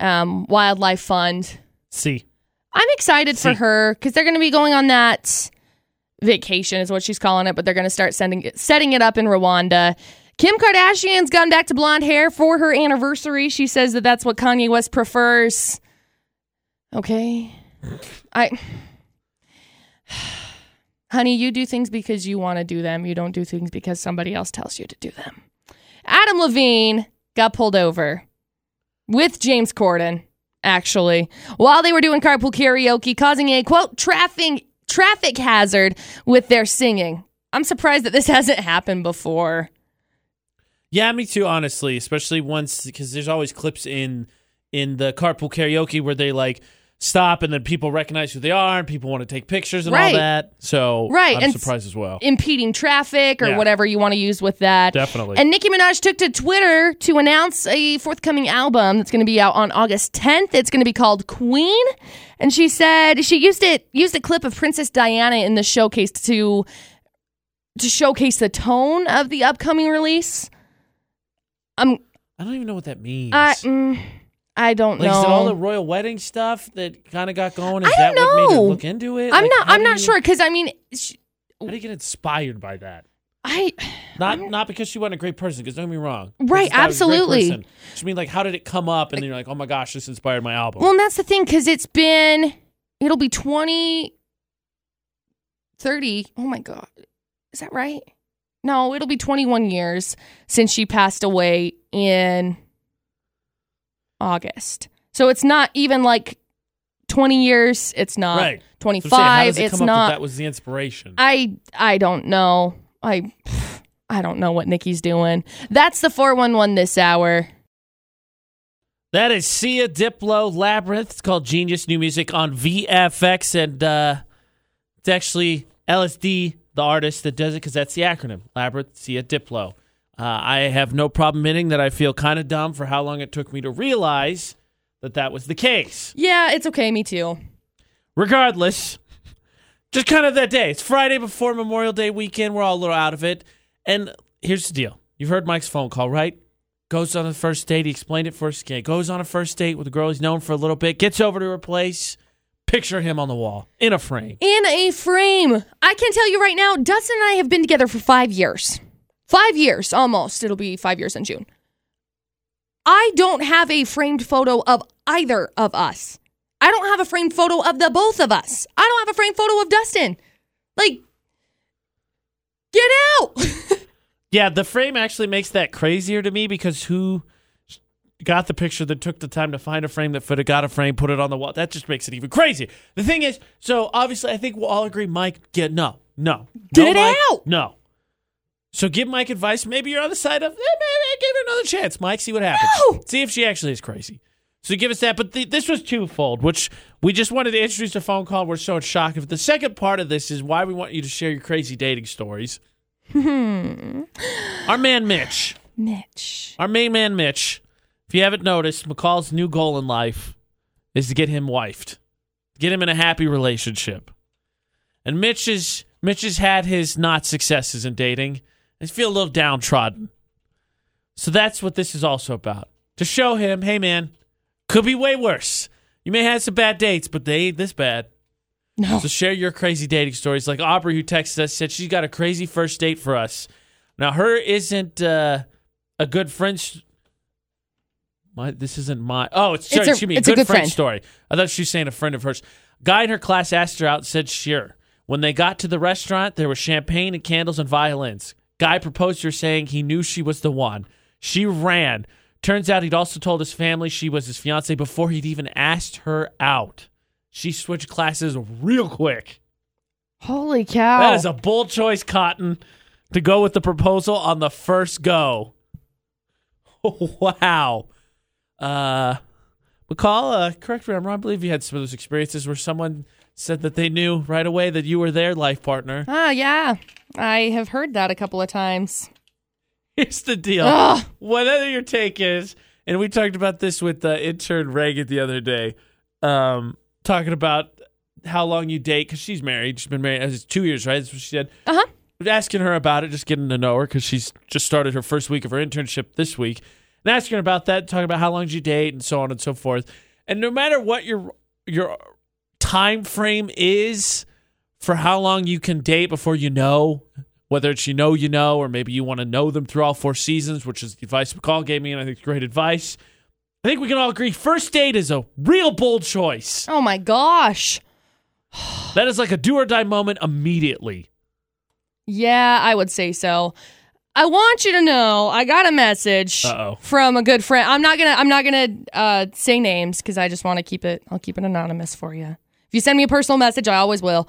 S2: um, wildlife fund.
S1: See,
S2: I'm excited for
S1: See.
S2: her because they're going to be going on that vacation, is what she's calling it, but they're going to start sending it, setting it up in Rwanda. Kim Kardashian's gone back to blonde hair for her anniversary. She says that that's what Kanye West prefers. Okay, I, honey, you do things because you want to do them. You don't do things because somebody else tells you to do them. Adam Levine got pulled over with James Corden, actually, while they were doing carpool karaoke, causing a quote traffic traffic hazard with their singing. I'm surprised that this hasn't happened before.
S1: yeah, me too. Honestly, especially once because there's always clips in in the carpool karaoke where they like stop and then people recognize who they are and people want to take pictures and
S2: Right.
S1: all that. So
S2: Right,
S1: I'm
S2: and
S1: surprised as well.
S2: Impeding traffic or
S1: Yeah.
S2: whatever you want to use with that.
S1: Definitely.
S2: And Nicki Minaj took to Twitter to announce a forthcoming album that's going to be out on August 10th. It's going to be called Queen, and she said she used it used a clip of Princess Diana in the showcase to to showcase the tone of the upcoming release. I'm
S1: I don't even know what that means.
S2: I mm, I don't
S1: like,
S2: know.
S1: is it all the royal wedding stuff that kind of got going? Is
S2: I don't
S1: that what made her
S2: know.
S1: look into it?
S2: I'm
S1: Like,
S2: not
S1: how
S2: I'm
S1: do
S2: not
S1: you-
S2: sure cuz I mean sh
S1: How do you get inspired by that?
S2: I
S1: Not not because she wasn't a great person. Because don't get me wrong, I
S2: Right,
S1: just thought it was a great
S2: absolutely.
S1: person. Just mean like, how did it come up? And then you're like, oh my gosh, this inspired my album.
S2: Well, and that's the thing because it's been, it'll be 20, 30. Oh my God. Is that right? No, it'll be 21 years since she passed away in August. So it's not even like 20 years. It's not
S1: Right. So
S2: 25.
S1: I'm saying, how does it
S2: it's
S1: come Up
S2: not.
S1: that, that was the inspiration.
S2: I I don't know. I I don't know what Nikki's doing. That's the 411 this hour.
S1: That is Sia Diplo Labyrinth. It's called Genius New Music on VFX, and uh, it's actually LSD, the artist that does it, because that's the acronym Labyrinth Sia Diplo. Uh, I have no problem admitting that I feel kind of dumb for how long it took me to realize that that was the case.
S2: Yeah, it's okay. Me too.
S1: regardless, just kind of that day. It's Friday before Memorial Day weekend. We're all a little out of it. And here's the deal you've heard Mike's phone call, right? Goes on a first date. He explained it first. Okay, goes on a first date with a girl he's known for a little bit. Gets over to her place. Picture him on the wall in a frame.
S2: in a frame. I can tell you right now, Dustin and I have been together for five years. Five years almost. It'll be five years in June. I don't have a framed photo of either of us. I don't have a framed photo of the both of us. I don't have a framed photo of Dustin. Like, get out.
S1: Yeah, the frame actually makes that crazier to me because who got the picture that took the time to find a frame that could have got a frame, put it on the wall? That just makes it even crazier. The thing is, so obviously, I think we'll all agree, Mike. Get no, no,
S2: Get
S1: No,
S2: it
S1: Mike,
S2: out!
S1: No. So give Mike advice. Maybe you're on the side of eh, maybe give her another chance, Mike. See what happens.
S2: No!
S1: See if she actually is crazy. So give us that. But the, this was twofold, which we just wanted to introduce a phone call. We're so in shock. If the second part of this is why we want you to share your crazy dating stories. Our man Mitch,
S2: Mitch.
S1: our main man Mitch. If you haven't noticed, McCall's new goal in life is to get him wifed, get him in a happy relationship. And Mitch is Mitch has had his not successes in dating. I feel a little downtrodden. So that's what this is also about. To show him, hey man, could be way worse. You may have had some bad dates, but they ain't this bad.
S2: No.
S1: So share your crazy dating stories. Like Aubrey, who texted us, said she's got a crazy first date for us. Now, her isn't uh, a good French. My, this isn't my. Oh, it's,
S2: It's
S1: sorry,
S2: a-
S1: excuse me.
S2: it's a
S1: good
S2: good
S1: French
S2: friend.
S1: story. I thought she was saying a friend of hers. Guy in her class asked her out, said sure. When they got to the restaurant, there was champagne and candles and violins. Guy proposed to her, saying he knew she was the one. She ran. Turns out he'd also told his family she was his fiance before he'd even asked her out. She switched classes real quick.
S2: Holy cow.
S1: That is a bold choice, Cotton, to go with the proposal on the first go. wow. Uh, McCall, uh, correct me if I'm wrong. I believe you had some of those experiences where someone said that they knew right away that you were their life partner.
S2: ah, yeah. I have heard that a couple of times.
S1: Here's the deal.
S2: Ugh.
S1: Whatever your take is, and we talked about this with uh, intern Reagan the other day, um, talking about how long you date because she's married. She's been married uh, it's two years, right? That's what she said.
S2: Uh huh.
S1: was asking her about it, just getting to know her because she's just started her first week of her internship this week, and asking her about that, talking about how long you date and so on and so forth. And no matter what your your time frame is for how long you can date before you know, whether it's you know you know, or maybe you want to know them through all four seasons, which is the advice McCall gave me, and I think it's great advice. I think we can all agree first date is a real bold choice.
S2: Oh my gosh.
S1: That is like a do or die moment immediately.
S2: Yeah, I would say so. I want you to know I got a message
S1: Uh-oh.
S2: from a good friend. I'm not gonna I'm not gonna uh, say names because I just want to keep it. I'll keep it anonymous for you. If you send me a personal message, I always will.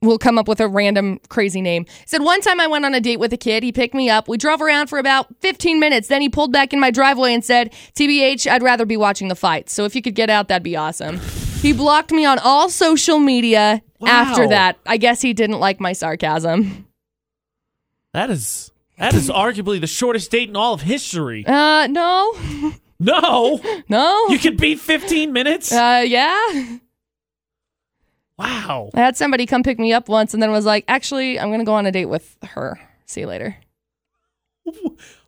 S2: We'll come up with a random crazy name. Said one time I went on a date with a kid. He picked me up. We drove around for about 15 minutes. Then he pulled back in my driveway and said, "TBH, I'd rather be watching the fight. So if you could get out, that'd be awesome." He blocked me on all social media after
S1: Wow.
S2: that. I guess he didn't like my sarcasm.
S1: That is that is arguably the shortest date in all of history.
S2: Uh, no,
S1: No,
S2: no.
S1: you could beat 15 minutes.
S2: uh, yeah.
S1: Wow,
S2: I had somebody come pick me up once, and then was like, "Actually, I'm gonna go on a date with her. See you later."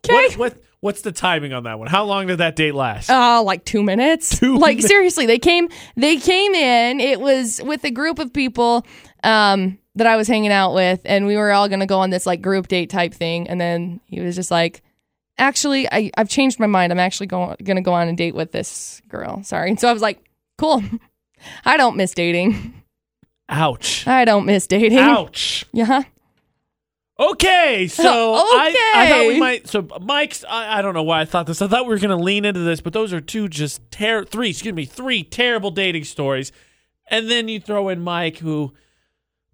S1: what, what what's the timing on that one? How long did that date last?
S2: Uh, like two minutes.
S1: Two
S2: like
S1: minutes.
S2: seriously, they came. They came in. It was with a group of people um, that I was hanging out with, and we were all gonna go on this like group date type thing. And then he was just like, "Actually, I, I've changed my mind. I'm actually going gonna go on a date with this girl. Sorry." And so I was like, "Cool. I don't miss dating.
S1: Ouch,
S2: I don't miss dating.
S1: ouch.
S2: Yeah."
S1: Okay, so I, I thought we
S2: Okay.
S1: might. So Mike's. I, I don't know why I thought this. I thought we were going to lean into this, but those are two just ter- three. Excuse me, three terrible dating stories, and then you throw in Mike, who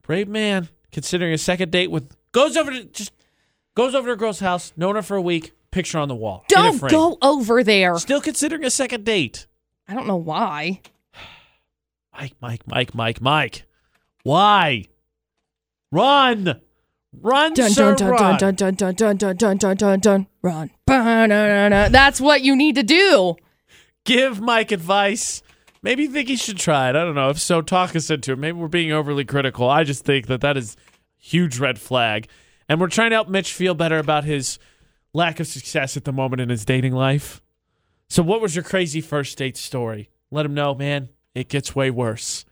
S1: brave man, considering a second date with goes over to just goes over to a girl's house, known her for a week, picture on the wall. in a
S2: Don't
S1: frame.
S2: go over there.
S1: Still considering a second date.
S2: I don't know why.
S1: Mike, Mike, Mike, Mike, Mike. Why? Run, run,
S2: Dun
S1: sir,
S2: dun dun
S1: run.
S2: dun dun dun dun dun dun dun dun dun dun run. Ba-na-na-na. That's what you need to do.
S1: give Mike advice. Maybe you think he should try it. I don't know. If so, talk us into it. Maybe we're being overly critical. I just think that that is huge red flag, and we're trying to help Mitch feel better about his lack of success at the moment in his dating life. So, what was your crazy first date story? Let him know, man. It gets way worse.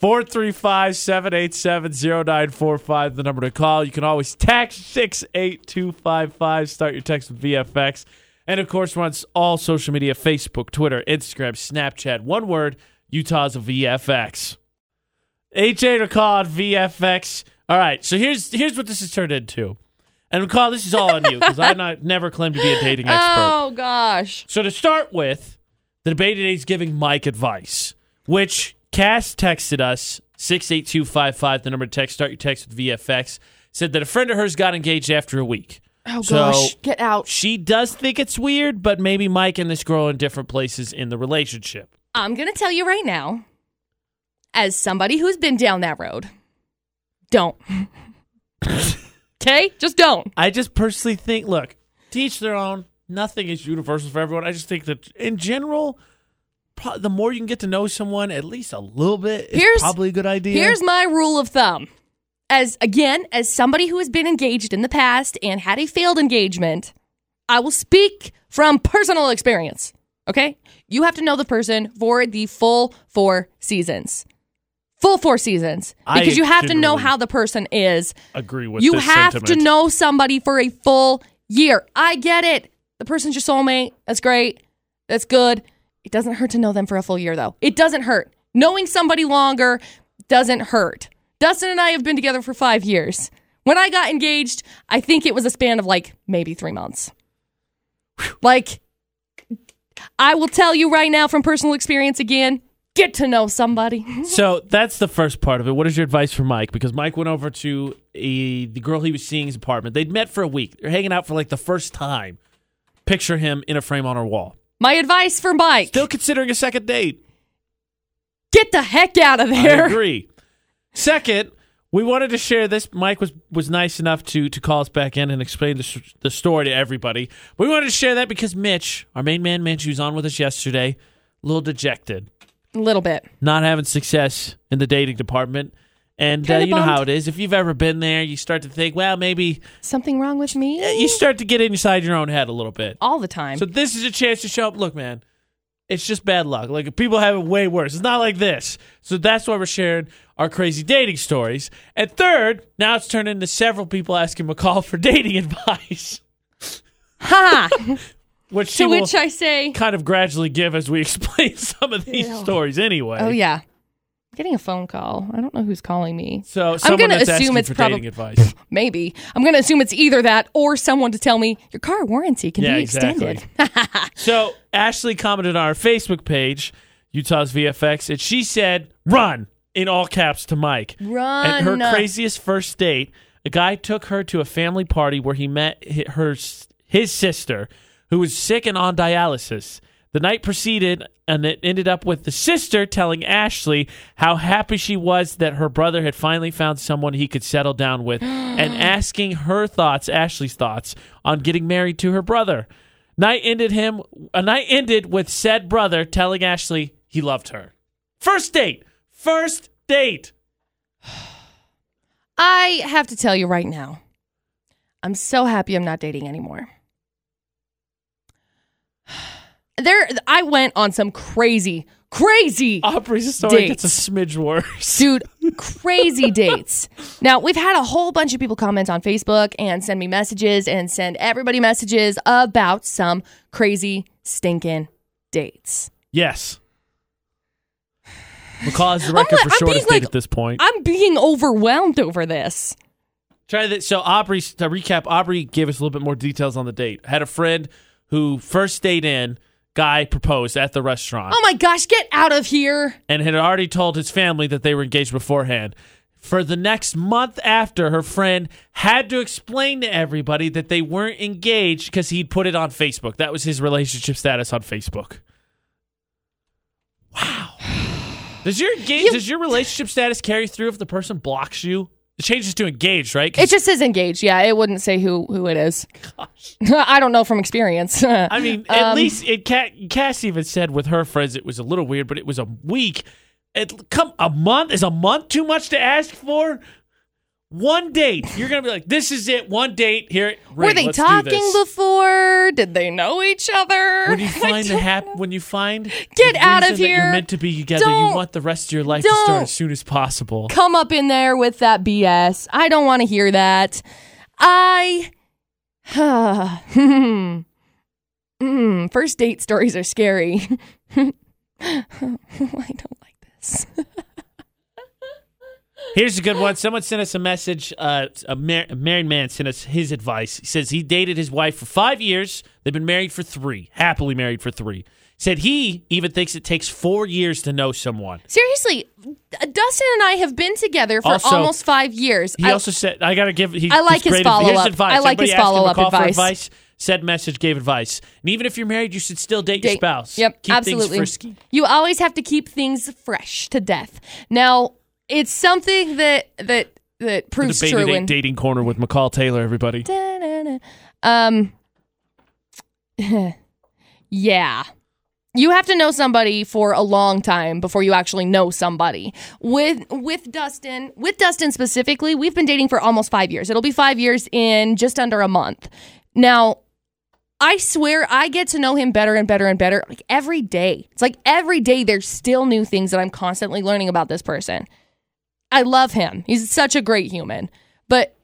S1: 435 787 0945, the number to call. You can always text 68255. Start your text with VFX. And of course, we're on s- all social media Facebook, Twitter, Instagram, Snapchat. One word, Utah's a VFX. HA to call on VFX. All right, so here's here's what this has turned into. And McCall, this is all on you because I not never claimed to be a dating expert.
S2: Oh gosh.
S1: So to start with, the debate today is giving Mike advice, which Cass texted us six eight two five five. The number to text. Start your text with VFX. Said that a friend of hers got engaged after a week.
S2: Oh
S1: So-
S2: gosh. Get out.
S1: She does think it's weird, but maybe Mike and this girl are in different places in the relationship.
S2: I'm gonna tell you right now, as somebody who's been down that road, don't. Okay? Just don't.
S1: I just personally think, look, teach their own. Nothing is universal for everyone. I just think that in general, pro- the more you can get to know someone at least a little bit is
S2: Here's-
S1: probably a good idea.
S2: Here's my rule of thumb. As again, as somebody who has been engaged in the past and had a failed engagement, I will speak from personal experience. Okay? You have to know the person for the full four seasons. Full four seasons.
S1: I
S2: Because you have to know
S1: generally-
S2: how the person is.
S1: agree with
S2: you
S1: this
S2: have
S1: sentiment.
S2: to know somebody for a full year. I get it. The person's your soulmate. That's great. That's good. It doesn't hurt to know them for a full year, though. It doesn't hurt. Knowing somebody longer doesn't hurt. Dustin and I have been together for five years. When I got engaged, I think it was a span of like maybe three months. Like, I will tell you right now from personal experience again get to know somebody.
S1: So that's the first part of it. What is your advice for Mike? Because Mike went over to a, the girl he was seeing's apartment. They'd met for a week. They're hanging out for like the first time. Picture him in a frame on her wall.
S2: My advice for Mike
S1: Still considering a second date.
S2: get the heck out of
S1: I
S2: there.
S1: agree. Second, we wanted to share this. Mike was was nice enough to to call us back in and explain the, s- the story to everybody. We wanted to share that because Mitch, our main man Mitch, who was on with us yesterday, a little dejected.
S2: A little bit.
S1: not having success in the dating department. And uh,
S2: Kinda
S1: you know how it
S2: bummed.
S1: is. If you've ever been there, you start to think, well, maybe
S2: Something wrong with me?
S1: you start to get inside your own head a little bit.
S2: All the time.
S1: So this is a chance to show up. Look, man, it's just bad luck. Like people have it way worse. It's not like this. So that's why we're sharing our crazy dating stories. And third, now it's turned into several people asking McCall for dating advice,
S2: ha!
S1: which she
S2: to
S1: will
S2: which I say,
S1: kind of gradually give as we explain some of these stories anyway.
S2: oh yeah, I'm getting a phone call. I don't know who's calling me.
S1: So someone
S2: gonna
S1: that's asking
S2: assume it's
S1: for
S2: probab-
S1: dating advice.
S2: Maybe I'm going to assume it's either that or someone to tell me your car warranty can
S1: Yeah,
S2: be
S1: exactly.
S2: extended.
S1: So Ashley commented on our Facebook page, Utah's VFX, and she said, "Run!" in all caps to Mike. At her
S2: Run.
S1: craziest first date, a guy took her to a family party where he met hi- her his sister, who was sick and on dialysis. The night proceeded, and it ended up with the sister telling Ashley how happy she was that her brother had finally found someone he could settle down with, and asking her thoughts, Ashley's thoughts, on getting married to her brother. Night ended him. A night ended with said brother telling Ashley he loved her. First date. First date.
S2: I have to tell you right now, I'm so happy I'm not dating anymore. There, I went on some crazy, crazy
S1: Aubrey's story
S2: Date.
S1: gets a smidge worse.
S2: dude crazy dates now we've had a whole bunch of people comment on facebook and send me messages and send everybody messages about some crazy stinking dates
S1: Yes. McCall has the record
S2: like-
S1: for
S2: I'm being
S1: shortest date
S2: like-
S1: at this point.
S2: i'm being overwhelmed over this
S1: Try that. So Aubrey, to recap, Aubrey gave us a little bit more details on the date. Had a friend who first date in guy proposed at the restaurant.
S2: oh my gosh get out of here
S1: and had already told his family that they were engaged beforehand. For the next month after, her friend had to explain to everybody that they weren't engaged because he'd put it on Facebook. That was his relationship status on Facebook. Wow. Does your engage,
S2: You-
S1: does your relationship status carry through if the person blocks you? It changes to engaged, right? 'Cause-
S2: it just says engaged yeah it wouldn't say who who it is i don't know from experience
S1: I mean, at
S2: Um,
S1: least it. Ca- Cass even said with her friends it was a little weird, but it was a week. It come a month is a month too much to ask for. One date, you're gonna be like, this is it. One date here.
S2: were
S1: Ring,
S2: they
S1: let's do
S2: talking
S1: this.
S2: before did they know each other
S1: When you
S2: I
S1: find the
S2: don't
S1: hap- when you find
S2: Get
S1: the
S2: out of
S1: reason that
S2: here.
S1: you're meant to be together. you
S2: Don't-
S1: want the rest of your life to start
S2: don't.
S1: as soon as possible.
S2: come up in there with that BS. I don't want to hear that. I. Hmm. mm, first date stories are scary. I don't like this.
S1: Here's a good one. Someone sent us a message. Uh, a, mar- a married man sent us his advice. He says he dated his wife for five years. They've been married for three, happily married for three. Said he even thinks it takes four years to know someone.
S2: Seriously, D- Dustin and I have been together for
S1: Also,
S2: almost five years.
S1: He
S2: I-
S1: also said, "I gotta give." He,
S2: I like
S1: he's
S2: his
S1: great adv-
S2: follow-up.
S1: Here's advice.
S2: I like his
S1: Everybody asked him to
S2: follow-up
S1: call for
S2: advice.
S1: advice. Said message gave advice. And even if you're married, you should still date, your
S2: date-
S1: spouse.
S2: Yep,
S1: Keep
S2: absolutely.
S1: Things frisky.
S2: You always have to keep things fresh to death. Now, it's something that that
S1: The
S2: that proves
S1: Baby
S2: true.
S1: Date
S2: when-
S1: dating corner with McCall Taylor. Everybody.
S2: Da-na-na. Um, yeah, you have to know somebody for a long time before you actually know somebody. With with Dustin, with Dustin specifically, we've been dating for almost 5 years. It'll be 5 years in just under a month. Now, I swear I get to know him better and better and better like every day. It's like every day there's still new things that I'm constantly learning about this person. I love him. He's such a great human. But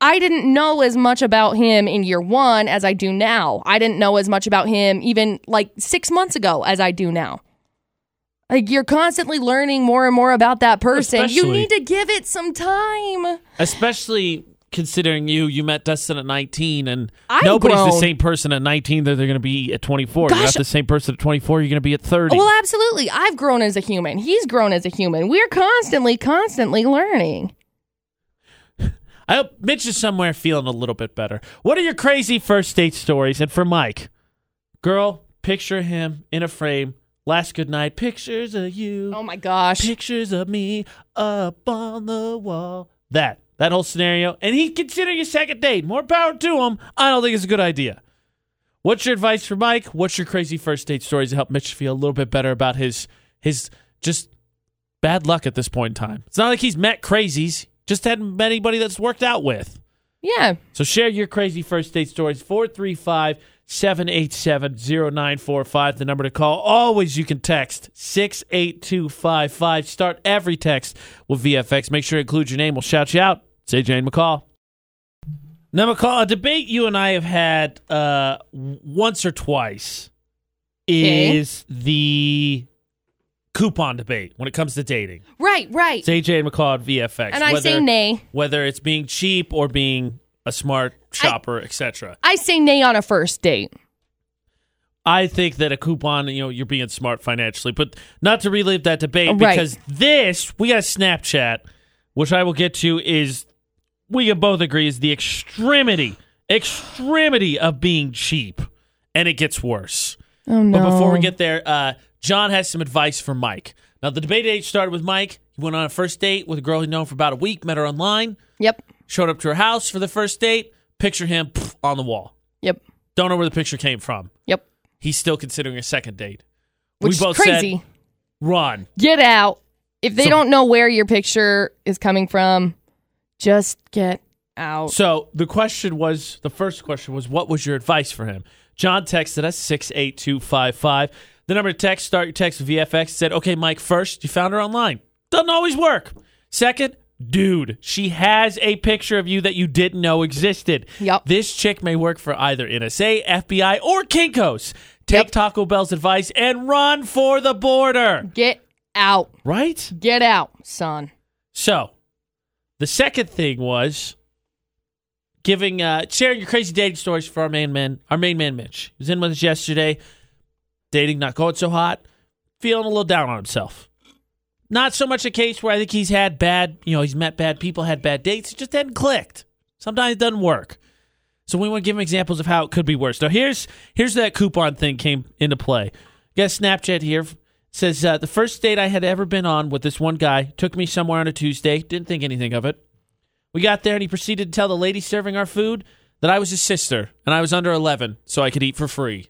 S2: I didn't know as much about him in year one as I do now. I didn't know as much about him even like six months ago as I do now. Like you're constantly learning more and more about that person. you
S1: Especially-
S2: need to give it some time.
S1: Especially considering you, you met Dustin at 19, and
S2: I've
S1: nobody's the
S2: grown.
S1: same person at 19 that they're going to be at 24. You're not
S2: Gosh.
S1: the same person at 24, you're going to be at 30.
S2: Well, absolutely. I've grown as a human. He's grown as a human. We're constantly, constantly learning.
S1: I hope Mitch is somewhere feeling a little bit better. What are your crazy first date stories? And for Mike, girl, picture him in a frame. Last good night, pictures of you.
S2: Oh my gosh.
S1: pictures of me up on the wall. That that whole scenario, and he considering a second date. More power to him. I don't think it's a good idea. What's your advice for Mike? What's your crazy first date stories to help Mitch feel a little bit better about his his just bad luck at this point in time? It's not like he's met crazies; just hadn't met anybody that's worked out with.
S2: Yeah.
S1: So share your crazy first date stories. 435 787 0945, the number to call. Always you can text 68255. Start every text with VFX. Make sure you include your name. We'll shout you out. Say Jane McCall. Now, McCall, a debate you and I have had uh, w- once or twice
S2: Okay.
S1: is the coupon debate when it comes to dating.
S2: Right, right.
S1: It's AJ and McCall at VFX.
S2: And I say nay.
S1: Whether it's being cheap or being a smart shopper, etc.
S2: I say nay on a first date.
S1: I think that a coupon, you know, you're being smart financially, but not to relive that debate
S2: Right.
S1: because this we got Snapchat, which I will get to is we can both agree is the extremity, extremity of being cheap, and it gets worse.
S2: Oh no.
S1: But before we get there, uh, John has some advice for Mike. Now, the debate age started with Mike. He went on a first date with a girl he'd known for about a week, met her online,
S2: Yep.
S1: showed up to her house for the first date, picture him pff, on the wall.
S2: Yep.
S1: Don't know where the picture came from.
S2: Yep.
S1: He's still considering a second date.
S2: Which
S1: we both
S2: is crazy.
S1: said, run.
S2: get out. If they
S1: So-
S2: don't know where your picture is coming from, just get out.
S1: So the question was the first question was, what was your advice for him? John texted us 68255. The number to text, start your text with VFX, said, okay, Mike, first, you found her online. Doesn't always work. Second, dude, she has a picture of you that you didn't know existed.
S2: Yup.
S1: This chick may work for either NSA, FBI, or Kinko's. Take
S2: Yep.
S1: Taco Bell's advice and run for the border.
S2: get out.
S1: Right?
S2: Get out, son.
S1: So, the second thing was giving uh sharing your crazy dating stories for our main man, our main man Mitch. He was in with us yesterday. Dating not going so hot, feeling a little down on himself. Not so much a case where I think he's had bad, you know, he's met bad people, had bad dates, it just hadn't clicked. Sometimes it doesn't work. So we want to give him examples of how it could be worse. Now here's here's where that coupon thing came into play. Got a Snapchat here It says uh, the first date I had ever been on with this one guy took me somewhere on a Tuesday. Didn't think anything of it. We got there and he proceeded to tell the lady serving our food that I was his sister and I was under eleven, so I could eat for free.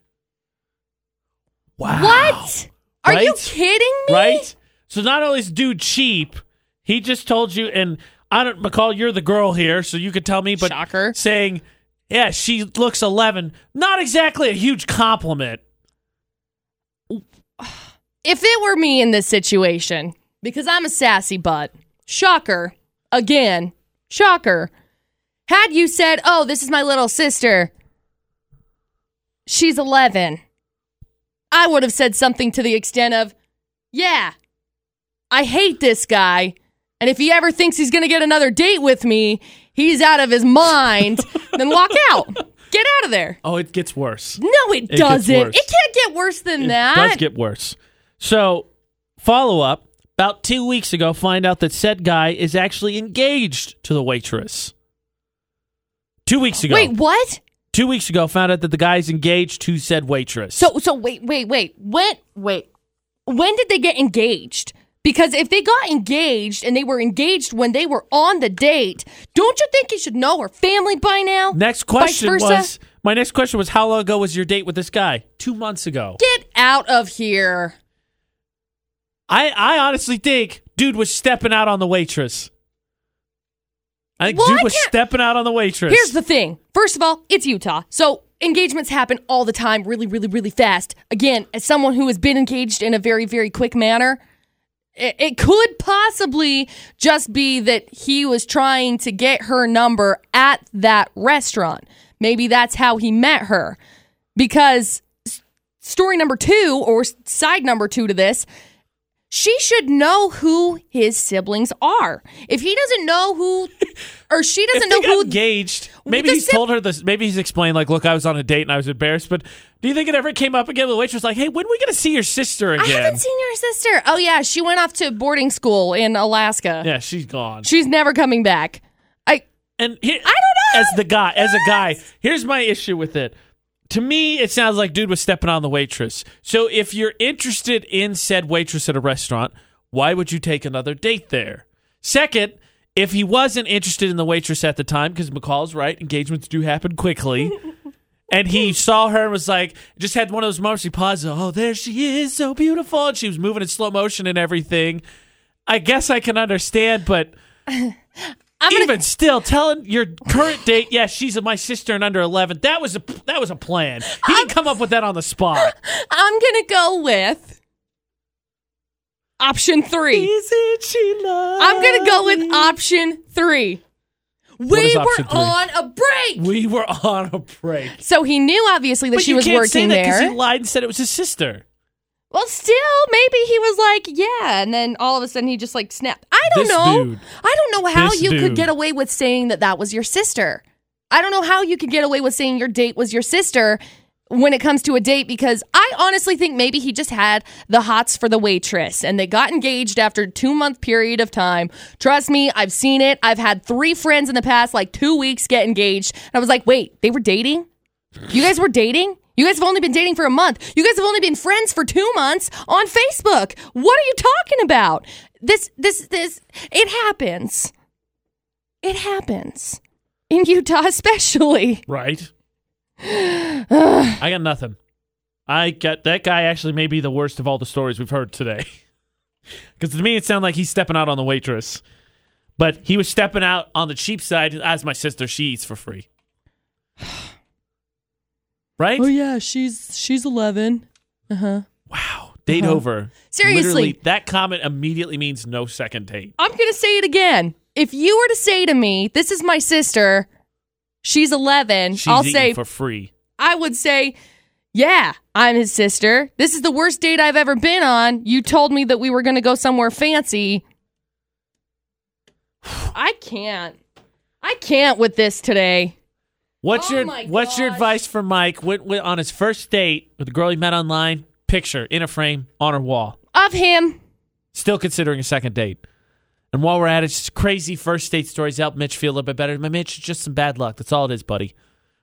S1: Wow!
S2: What? Are you
S1: Right?
S2: kidding me?
S1: Right? So not only is dude cheap, he just told you, and I don't, McCall, you're the girl here, so you could tell me, but
S2: Shocker.
S1: saying, yeah, she looks 11, not exactly a huge compliment.
S2: if it were me in this situation, because I'm a sassy butt, shocker, again, shocker, had you said, oh, this is my little sister, she's 11, I would have said something to the extent of, yeah, I hate this guy. And if he ever thinks he's going to get another date with me, he's out of his mind, then walk out. Get out of there.
S1: Oh, it gets worse.
S2: No, it,
S1: gets
S2: doesn't.
S1: worse.
S2: It can't get worse than that.
S1: It does get worse. So, follow up about two weeks ago, find out that said guy is actually engaged to the waitress. Two weeks ago.
S2: Wait, what?
S1: Two weeks ago, found out that the guy is engaged to said waitress.
S2: So so wait wait wait when wait when did they get engaged? Because if they got engaged and they were engaged when they were on the date, don't you think he should know her family by now?
S1: Next
S2: Vice
S1: question
S2: versa?
S1: was My next question was how long ago was your date with this guy? Two months ago.
S2: Get out of here.
S1: I, I honestly think dude was stepping out on the waitress. I think
S2: Well,
S1: dude
S2: I
S1: was
S2: can't-
S1: stepping out on the waitress.
S2: Here's the thing. First of all, it's Utah. So engagements happen all the time, really, really, really fast. Again, as someone who has been engaged in a very, very quick manner, it, it could possibly just be that he was trying to get her number at that restaurant. Maybe that's how he met her. Because s- story number two, or s- side number two to this, she should know who his siblings are. If he doesn't know who, or she
S1: if
S2: doesn't
S1: they
S2: know
S1: got
S2: who
S1: engaged. Maybe
S2: the
S1: he's
S2: sim-
S1: told her this. Maybe he's explained like, look, I was on a date and I was embarrassed. But do you think it ever came up again? The waitress like, hey, when we gonna see your sister
S2: I
S1: again?
S2: haven't seen your sister. Oh yeah, she went off to boarding school in Alaska.
S1: yeah, she's gone.
S2: She's never coming back. I
S1: And here,
S2: I don't know.
S1: as the guy, as a guy, here's my issue with it. To me, it sounds like dude was stepping on the waitress. So if you're interested in said waitress at a restaurant, why would you take another date there? Second, if he wasn't interested in the waitress at the time, because McCall's right, engagements do happen quickly. And he saw her and was like, just had one of those moments. He paused. Oh, there she is, so beautiful. And she was moving in slow motion and everything. I guess I can understand, but
S2: I'm gonna,
S1: even still telling your current date yes she's my sister and under 11 that was a that was a plan he didn't come up with that on the spot
S2: I'm gonna go with option three.
S1: it she love
S2: I'm gonna go with option three. We
S1: is
S2: were
S1: option three?
S2: on a break,
S1: we were on a break
S2: so he knew obviously that
S1: but
S2: she
S1: you
S2: was
S1: can't
S2: working
S1: say that
S2: there.
S1: because he lied and said it was his sister
S2: well, still, maybe he was like, "Yeah," and then all of a sudden he just like snapped. I don't
S1: This
S2: know.
S1: dude.
S2: I don't know how
S1: This
S2: you
S1: dude.
S2: could get away with saying that that was your sister. I don't know how you could get away with saying your date was your sister when it comes to a date because I honestly think maybe he just had the hots for the waitress and they got engaged after a 2 month period of time. Trust me, I've seen it. I've had 3 friends in the past like 2 weeks get engaged and I was like, "Wait, they were dating? You guys were dating?" You guys have only been dating for a month. You guys have only been friends for 2 months on Facebook. What are you talking about? This this this it happens it happens in Utah, especially.
S1: right i got nothing i got that guy actually may be the worst of all the stories we've heard today because to me it sounded like he's stepping out on the waitress but he was stepping out on the cheap side as my sister she eats for free right
S2: Oh, yeah, she's she's eleven. Uh huh.
S1: Wow. Date over.
S2: Uh-huh. Seriously.
S1: Literally, that comment immediately means no second date.
S2: I'm gonna say it again. If you were to say to me, "This is my sister," she's eleven.
S1: She's
S2: I'll
S1: eating
S2: say
S1: for free.
S2: I would say, yeah, I'm his sister. This is the worst date I've ever been on. You told me that we were going to go somewhere fancy. I can't. I can't with this today.
S1: What's
S2: Oh
S1: your
S2: my
S1: What's your
S2: gosh.
S1: advice for Mike when, when- on his first date with the girl he met online? Picture in a frame on her wall.
S2: Of him.
S1: Still considering a second date. And while we're at it, just crazy first date stories help Mitch feel a little bit better. My Mitch, it's just some bad luck. That's all it is, buddy.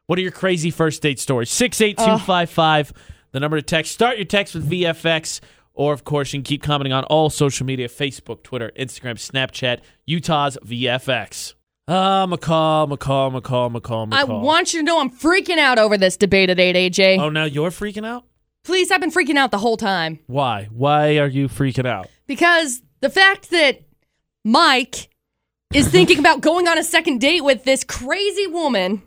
S1: What are your crazy first date stories? 68255, the number to text. Start your text with VFX, or of course, you can keep commenting on all social media Facebook, Twitter, Instagram, Snapchat, Utah's VFX. Ah, McCall, McCall, McCall, McCall, McCall.
S2: I want you to know I'm freaking out over this debate at 8 AJ.
S1: Oh, now you're freaking out?
S2: Please, I've been freaking out the whole time
S1: Why? Why are you freaking out?
S2: because the fact that Mike is thinking about going on a second date with this crazy woman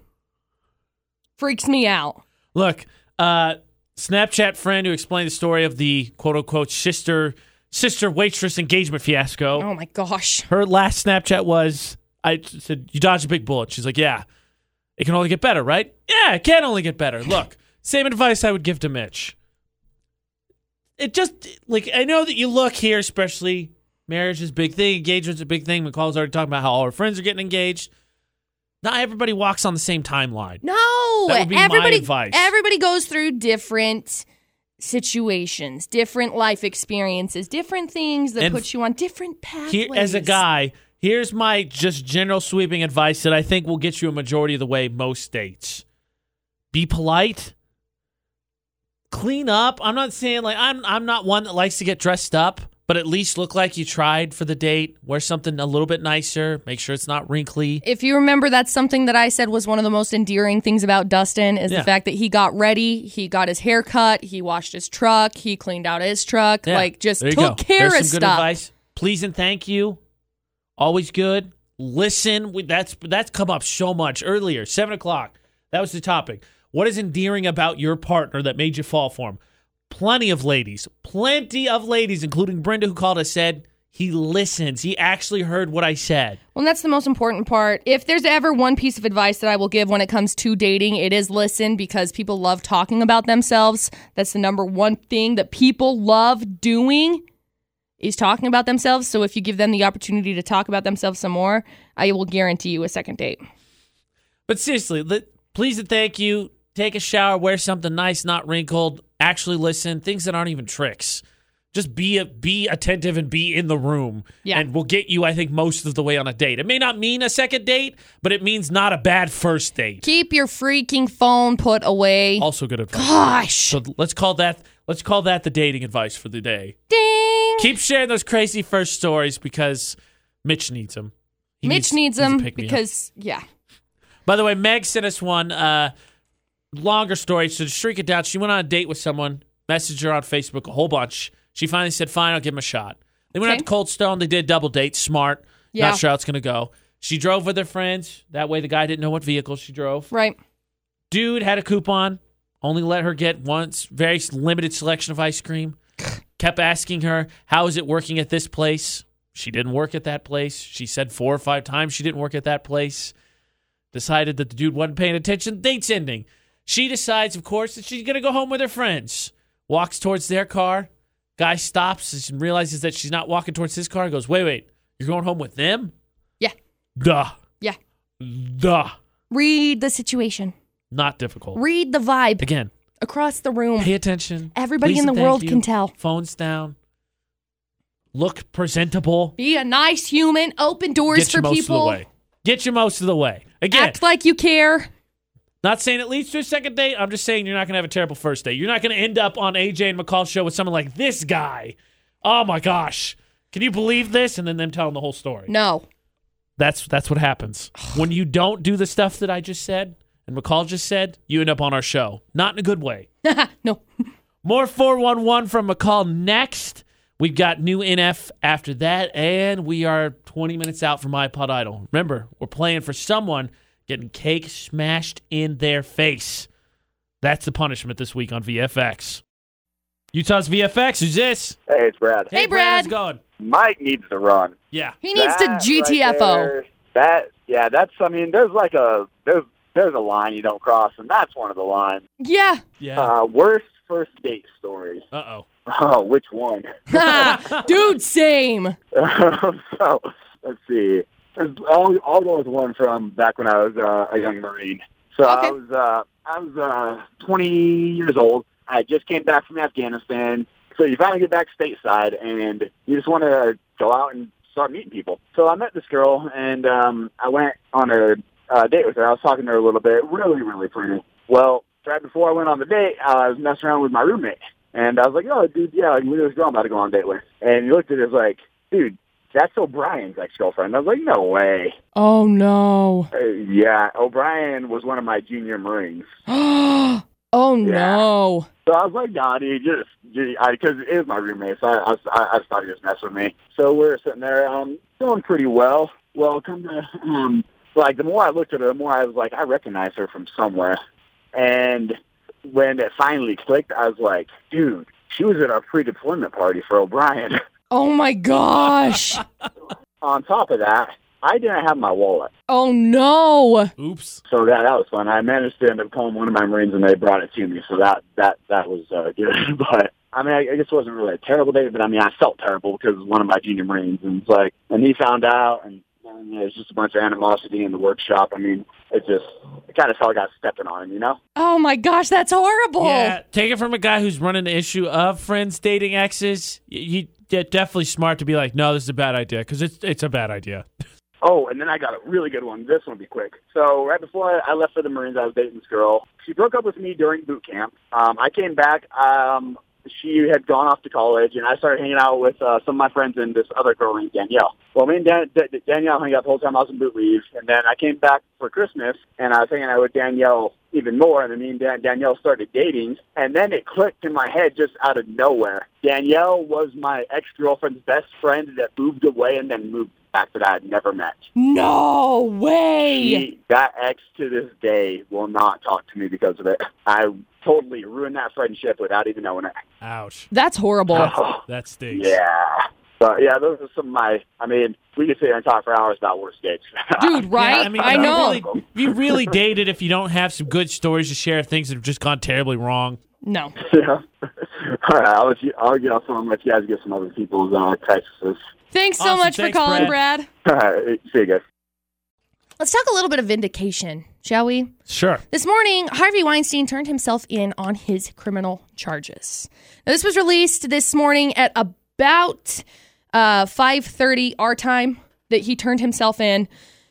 S2: freaks me out.
S1: Look, uh, Snapchat friend who explained the story of the quote unquote sister sister waitress engagement fiasco.
S2: Oh my gosh.
S1: Her last Snapchat was I said, You dodged a big bullet. She's like, Yeah. It can only get better, right? Yeah, it can only get better. Look, same advice I would give to Mitch. It just like I know that you look here, especially marriage is a big thing, engagement's a big thing. McCall's already talking about how all her friends are getting engaged. Not everybody walks on the same timeline.
S2: No,
S1: That would be my
S2: everybody
S1: advice.
S2: everybody goes through different situations, different life experiences, different things that
S1: And
S2: put you on different pathways.
S1: here, as a guy, here's my just general sweeping advice that I think will get you a majority of the way most dates. Be polite. Clean up. I'm not saying like I'm I'm not one that likes to get dressed up. but at least look like you tried for the date. Wear something a little bit nicer. Make sure it's not wrinkly.
S2: If you remember, that's something that I said was one of the most endearing things about Dustin is
S1: Yeah.
S2: the fact that he got ready, he got his hair cut, he washed his truck, he cleaned out his truck,
S1: Yeah,
S2: like just
S1: there
S2: took
S1: you go.
S2: care
S1: There's
S2: of
S1: some good
S2: stuff.
S1: advice. Please and thank you. Always good. Listen. We, that's that's come up so much earlier. Seven o'clock. That was the topic. What is endearing about your partner that made you fall for him? Plenty of ladies. Plenty of ladies, including Brenda, who called us, said he listens. He actually heard what I said.
S2: Well, and that's the most important part. If there's ever one piece of advice that I will give when it comes to dating, it is listen because people love talking about themselves. That's the number one thing that people love doing is talking about themselves. So if you give them the opportunity to talk about themselves some more, I will guarantee you a second date.
S1: But seriously, li- please and thank you. Take a shower, wear something nice, not wrinkled. Actually listen. Things that aren't even tricks. Just be a, be attentive and be in the room,
S2: Yeah.
S1: and we'll get you. I think most of the way on a date. It may not mean a second date, but it means not a bad first date.
S2: Keep your freaking phone put away.
S1: Also good advice.
S2: Gosh.
S1: Oh, So let's call that let's call that the dating advice for the day.
S2: Ding.
S1: Keep sharing those crazy first stories because Mitch needs them. He
S2: Mitch needs
S1: he a
S2: them
S1: pick-me-up.
S2: because, yeah.
S1: By the way, Meg sent us one uh, longer story. So to shrink it down, she went on a date with someone, messaged her on Facebook a whole bunch. She finally said, "Fine, I'll give him a shot." They went
S2: Okay.
S1: out to Cold Stone. They did a double date. Smart.
S2: Yeah.
S1: Not sure how it's gonna go. She drove with her friends. That way, the guy didn't know what vehicle she drove.
S2: Right.
S1: Dude had a coupon. Only let her get once. Very limited selection of ice cream. Kept asking her, "How is it working at this place?" She didn't work at that place. She said four or five times she didn't work at that place decided that the dude wasn't paying attention. Date's ending. She decides, of course, that she's going to go home with her friends. Walks towards their car. Guy stops and she realizes that she's not walking towards his car and goes, wait, wait, you're going home with them?
S2: Yeah.
S1: Duh.
S2: Yeah.
S1: Duh.
S2: Read the situation,
S1: Not difficult.
S2: read the vibe
S1: Again,
S2: across the room.
S1: pay attention.
S2: Everybody
S1: Please
S2: in the
S1: and thank
S2: world
S1: you.
S2: can tell.
S1: Phones down. Look presentable.
S2: Be a nice human. Open doors
S1: Get
S2: for
S1: you most of
S2: people.
S1: the way. Get you most of the way. Again,
S2: Act like you care.
S1: Not saying it leads to a second date. I'm just saying you're not going to have a terrible first date. You're not going to end up on AJ and McCall's show with someone like this guy. Oh my gosh. Can you believe this? And then them telling the whole story.
S2: No.
S1: That's that's what happens. when you don't do the stuff that I just said and McCall just said, you end up on our show. Not in a good way.
S2: no.
S1: More 411 from McCall next. We've got new NF after that, and we are 20 minutes out from iPod Idol. Remember, we're playing for someone getting cake smashed in their face. That's the punishment this week on VFX. Utah's VFX, who's this?
S7: Hey, it's Brad.
S2: Hey,
S1: How's
S2: Brad.
S1: it going?
S7: Mike needs to run.
S1: Yeah.
S2: He needs
S7: That
S2: to GTFO.
S7: right there, that yeah, that's I mean, there's like a there's there's a line you don't cross, and that's one of the lines.
S2: yeah.
S1: Yeah.
S7: Uh, worst first date stories.
S1: Uh oh.
S7: Oh, which one?
S2: Dude, same.
S7: Um, so let's see. There's- I'll, I'll go with one from back when I was uh, a young Marine. So
S2: Okay.
S7: I was uh, I was uh, 20 years old. I just came back from Afghanistan. So you finally get back stateside, and you just want to go out and start meeting people. So I met this girl, and um, I went on a uh, date with her. I was talking to her a little bit. Really, really pretty. Well, right before I went on the date, I was messing around with my roommate. And I was like, oh, dude, yeah, like, we this girl I'm about to go on a date with. And he looked at it and was like, dude, that's O'Brien's ex-girlfriend. I was like, no way.
S2: Oh, no.
S7: Uh, yeah, O'Brien was one of my junior Marines.
S2: oh, no.
S7: So I was like, nah, dude, just, because it is my roommate, so I, I, was- I, I just thought he was messing with me. So we're sitting there, um, doing pretty well. Well, come to, um, like, the more I looked at her, the more I was like, I recognize her from somewhere. And when it finally clicked, I was like, dude, she was at our pre-deployment party for O'Brien.
S2: Oh, my gosh.
S7: On top of that, I didn't have my wallet.
S2: Oh, no.
S1: Oops.
S7: So that that was fun. I managed to end up calling one of my Marines, and they brought it to me. So that that that was uh, good. but I mean, I, I guess it wasn't really a terrible day, but I mean, I felt terrible because it was one of my junior Marines, and it's like, and he found out, and, and it was just a bunch of animosity in the workshop. I mean, it just it kind of felt like I was stepping on him, you know?
S2: Oh, my gosh. That's horrible.
S1: Yeah. Take it from a guy who's running the issue of friends dating exes. Y- You, you definitely smart to be like, no, this is a bad idea because it's it's a bad idea.
S7: Oh, and then I got a really good one. This one will be quick. So right before I left for the Marines, I was dating this girl. She broke up with me during boot camp. Um, I came back. Um, she had gone off to college, and I started hanging out with uh, some of my friends and this other girl named Danielle. Well, me and Dan- D- Danielle hung out the whole time I was in boot leave, and then I came back for Christmas, and I was hanging out with Danielle even more, and then me and Dan- Danielle started dating, and then it clicked in my head just out of nowhere. Danielle was my ex-girlfriend's best friend that moved away and then moved back that I had never met.
S2: No way.
S7: She, that ex to this day will not talk to me because of it. I totally ruined that friendship without even knowing it.
S8: Ouch.
S2: That's horrible.
S8: Uh, That stinks.
S7: Yeah. But yeah, those are some of my. I mean, we could sit here and talk for hours about worst dates.
S2: Dude, right?
S8: I mean,
S2: I
S8: you
S2: know.
S8: Really, if you really dated if you don't have some good stories to share, things that have just gone terribly wrong.
S2: No.
S7: yeah. All right, I'll let you. I'll get off and let you guys get some other people's uh, Texas.
S2: Thanks so
S8: Awesome.
S2: much
S8: Thanks,
S2: for calling,
S8: Brad.
S2: Brad.
S7: All right, see you guys.
S2: Let's talk a little bit of vindication, shall we?
S8: Sure.
S2: This morning, Harvey Weinstein turned himself in on his criminal charges. Now, this was released this morning at about uh, 5:30 our time that he turned himself in.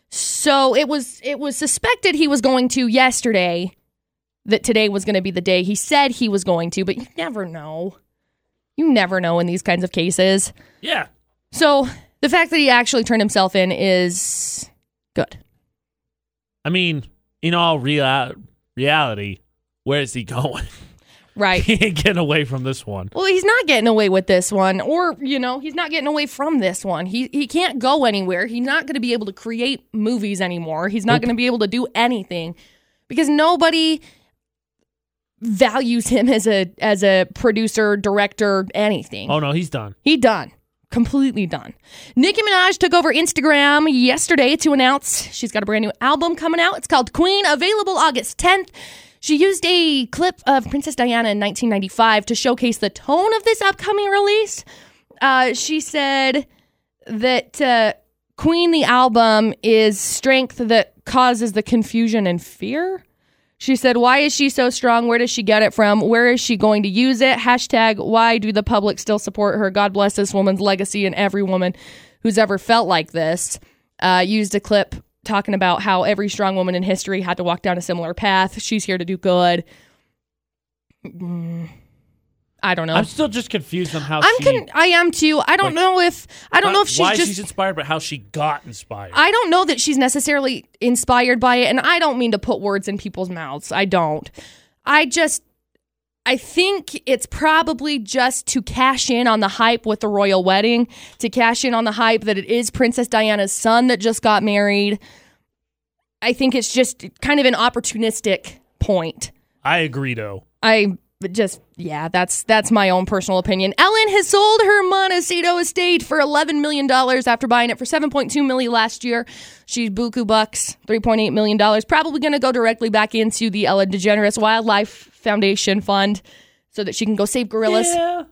S2: So it was it was suspected he was going to yesterday that today was going to be the day he said he was going to, but you never know. You never know in these kinds of cases.
S8: Yeah.
S2: So the fact that he actually turned himself in is good.
S8: I mean, in all real- reality, where's he going?
S2: Right.
S8: he ain't getting away from this one.
S2: Well, he's not getting away with this one, or you know, he's not getting away from this one. He he can't go anywhere. He's not going to be able to create movies anymore. He's not going to be able to do anything because nobody values him as a as a producer, director, anything.
S8: Oh, no, he's done.
S2: He done. Completely done. Nicki Minaj took over Instagram yesterday to announce she's got a brand new album coming out. It's called Queen, available August 10th. She used a clip of Princess Diana in 1995 to showcase the tone of this upcoming release. Uh, she said that uh, Queen, the album, is strength that causes the confusion and fear. She said, Why is she so strong? Where does she get it from? Where is she going to use it? Hashtag, why do the public still support her? God bless this woman's legacy and every woman who's ever felt like this. Uh, used a clip talking about how every strong woman in history had to walk down a similar path. She's here to do good. Mm. I don't know.
S8: I'm still just confused on how
S2: I'm
S8: she.
S2: con- I am too. I don't
S8: Like,
S2: know if I don't know if she's
S8: why
S2: just
S8: she's inspired, but how she got inspired.
S2: I don't know that she's necessarily inspired by it, and I don't mean to put words in people's mouths. I don't. I just, I think it's probably just to cash in on the hype with the royal wedding, to cash in on the hype that it is Princess Diana's son that just got married. I think it's just kind of an opportunistic point.
S8: I agree, though.
S2: I just yeah, that's that's my own personal opinion. Ellen has sold her Montecito estate for eleven million dollars after buying it for seven point two million last year. She's buku bucks, three point eight million dollars. Probably going to go directly back into the Ellen DeGeneres Wildlife Foundation Fund, so that she can go save gorillas,
S8: Yeah.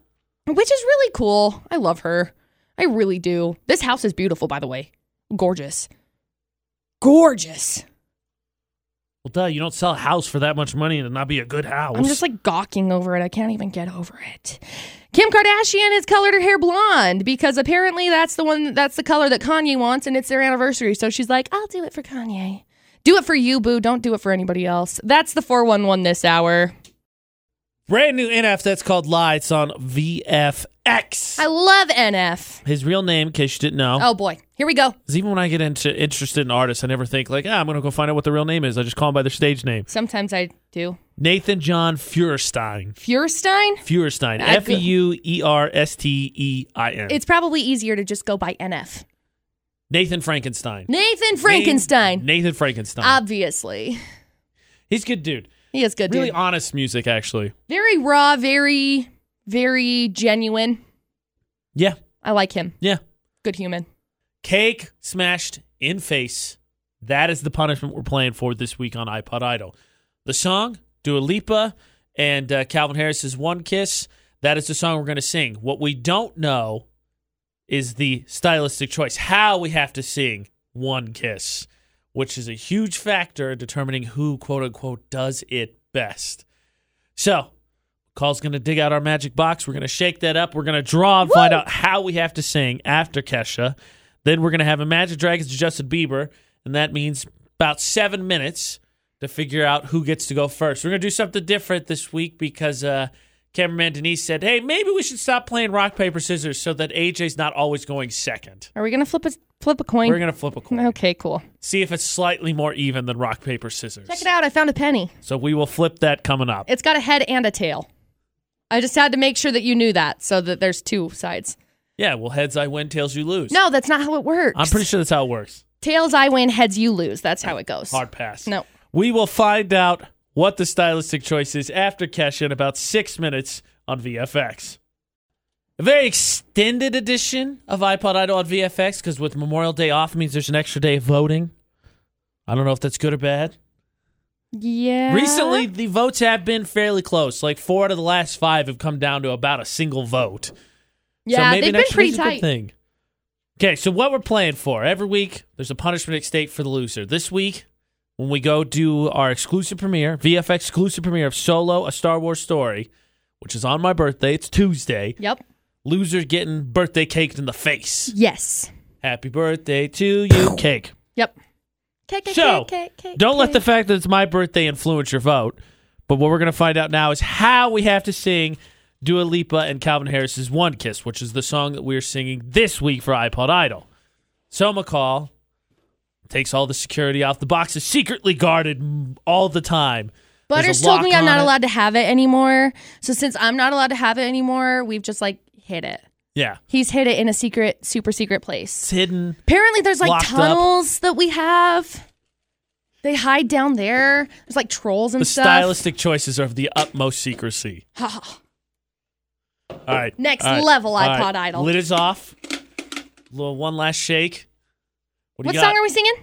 S2: which is really cool. I love her. I really do. This house is beautiful, by the way. Gorgeous. Gorgeous.
S8: Well, duh, you don't sell a house for that much money and it not be a good house.
S2: I'm just like gawking over it. I can't even get over it. Kim Kardashian has colored her hair blonde because apparently that's the one that's the color that Kanye wants and it's their anniversary. So she's like, I'll do it for Kanye. Do it for you, boo. Don't do it for anybody else. That's the 411 this hour.
S1: Brand new NF that's called Lie. It's on VFX.
S2: I love NF.
S1: His real name, in case you didn't know,
S2: Oh boy. Here we go.
S1: is even when I get into interested in artists, I never think like, ah, I'm gonna go find out what the real name is. I just call him by their stage name.
S2: Sometimes I do.
S1: Nathan John Feuerstein.
S2: Feuerstein?
S1: Feuerstein.
S2: I
S1: F
S2: could-
S1: E U E R S T E I N.
S2: It's probably easier to just go by NF.
S1: Nathan Frankenstein.
S2: Nathan Frankenstein.
S1: Nathan Frankenstein.
S2: Obviously.
S1: He's a good dude.
S2: He is good,
S1: really
S2: dude.
S1: honest music, actually.
S2: Very raw, very, very genuine.
S1: Yeah,
S2: I like him.
S1: yeah.
S2: Good human.
S1: Cake smashed in face. That is the punishment we're playing for this week on iPod Idol. The song, Dua Lipa and uh, Calvin Harris's One Kiss. That is the song we're going to sing. What we don't know is the stylistic choice, how we have to sing One Kiss, which is a huge factor in determining who, quote unquote, does it best. So, Call's going to dig out our magic box. We're going to shake that up. We're going to draw and find out how we have to sing after Kesha. Then we're going to have Imagine Dragons to Justin Bieber, and that means about seven minutes to figure out who gets to go first. We're going to do something different this week because uh, Cameraman Denise said, "Hey, maybe we should stop playing rock paper scissors so that AJ's not always going second.
S2: Are we gonna flip a flip a coin?
S1: We're gonna flip a coin,
S2: okay, cool.
S1: see if it's slightly more even than rock paper scissors.
S2: Check it out. I found a penny.
S1: So we will flip that coming up.
S2: It's got a head and a tail. I just had to make sure that you knew that, so that there's two sides.
S1: yeah, well, heads I win, tails you lose.
S2: No, that's not how it works.
S1: I'm pretty sure that's how it works.
S2: Tails I win, heads you lose. That's how it goes.
S1: Hard pass.
S2: No.
S1: We will find out what the stylistic choice is after Kesha in about six minutes on VFX. A very extended edition of iPod Idol on VFX because with Memorial Day off means there's an extra day of voting. I don't know if that's good or bad.
S2: Yeah.
S1: Recently, the votes have been fairly close. Like four out of the last five have come down to about a single vote.
S2: Yeah,
S1: so maybe
S2: they've
S1: next
S2: been pretty
S1: week's a good
S2: tight.
S1: thing. Okay, so what we're playing for every week, there's a punishment at stake for the loser. This week, when we go do our exclusive premiere, VFX exclusive premiere of Solo: A Star Wars Story, which is on my birthday. It's Tuesday.
S2: Yep.
S1: Loser getting birthday caked in the face.
S2: Yes.
S1: Happy birthday to you, cake.
S2: Yep. Cake, cake,
S1: So,
S2: cake, cake,
S1: Don't let the
S2: cake.
S1: fact that it's my birthday influence your vote. But what we're going to find out now is how we have to sing Dua Lipa and Calvin Harris's One Kiss, which is the song that we're singing this week for iPod Idol. So McCall takes all the security off. The box is secretly guarded m- all the time. There's a
S2: Butters told
S1: lock
S2: me I'm
S1: on
S2: not
S1: it.
S2: allowed to have it anymore. So since I'm not allowed to have it anymore, we've just like hid it.
S1: Yeah.
S2: He's hid it in a secret, super secret place.
S1: It's hidden.
S2: Apparently, there's like
S1: Locked up.
S2: tunnels that we have. They hide down there. There's like trolls and
S1: The
S2: stuff.
S1: stylistic choices are of the utmost secrecy. All right.
S2: Next
S1: All right.
S2: level
S1: All right.
S2: iPod Idol.
S1: Lid is off. Little one last shake. What, do
S2: what
S1: you
S2: song
S1: got?
S2: are we singing?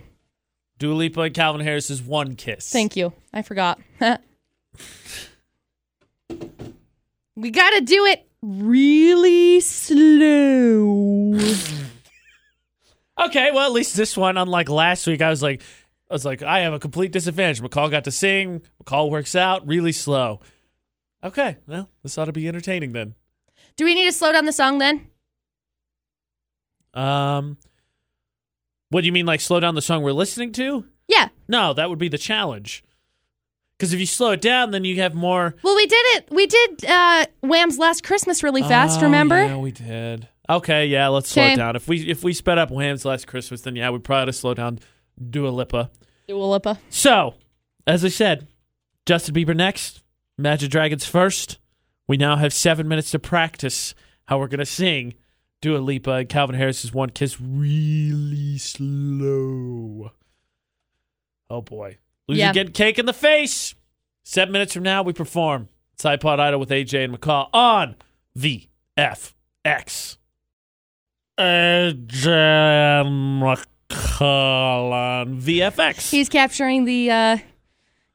S1: Dua Lipa and Calvin Harris's One Kiss.
S2: Thank you. I forgot. we got to do it really slow.
S1: Okay, well at least this one, unlike last week, I was like, I was like, I have a complete disadvantage. McCall got to sing. McCall works out really slow. Okay, well this ought to be entertaining then.
S2: do we need to slow down the song then?
S1: Um, what do you mean, like slow down the song we're listening to?
S2: Yeah.
S1: No, that would be the challenge. Because if you slow it down, then you have more.
S2: Well, we did it. We did uh, Wham's Last Christmas really fast,
S1: Oh,
S2: remember?
S1: Yeah, we did. Okay, yeah, let's slow
S2: Okay.
S1: it down. If we if we sped up Wham's Last Christmas, then yeah, we probably ought to slow down Dua Lipa.
S2: Dua Lipa.
S1: So, as I said, Justin Bieber next, Magic Dragons first. We now have seven minutes to practice how we're going to sing Dua Lipa and Calvin Harris's One Kiss really slow. Oh boy. Loser
S2: Yeah.
S1: getting cake in the face. Seven minutes from now, we perform. It's iPod Idol with AJ and McCall on VFX. AJ and McCall on VFX.
S2: He's capturing the uh,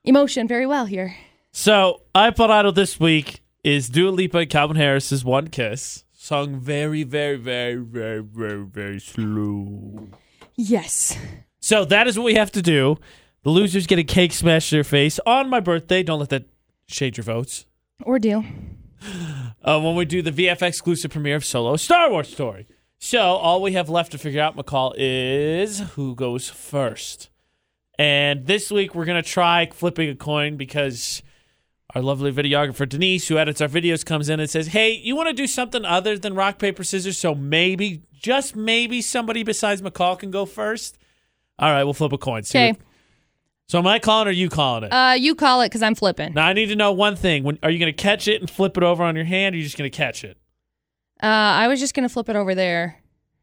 S2: emotion very well here.
S1: So iPod Idol this week is Dua Lipa and Calvin Harris's "One Kiss," sung very, very, very, very, very, very slow.
S2: Yes.
S1: So that is what we have to do. The losers get a cake smashed in their face on my birthday. Don't let that shade your votes.
S2: Or do.
S1: Uh, when we do the VFX exclusive premiere of Solo: A Star Wars Story. So all we have left to figure out, McCall, is who goes first. And this week we're gonna try flipping a coin because our lovely videographer Denise, who edits our videos, comes in and says, "Hey, you want to do something other than rock paper scissors? So maybe, just maybe, somebody besides McCall can go first. All right, we'll flip a coin. see
S2: Okay.
S1: what- So am I calling or you calling it?
S2: Uh, you call it because I'm flipping.
S1: now I need to know one thing: when are you gonna catch it and flip it over on your hand? Or are you just gonna catch it?
S2: Uh, I was just gonna flip it over there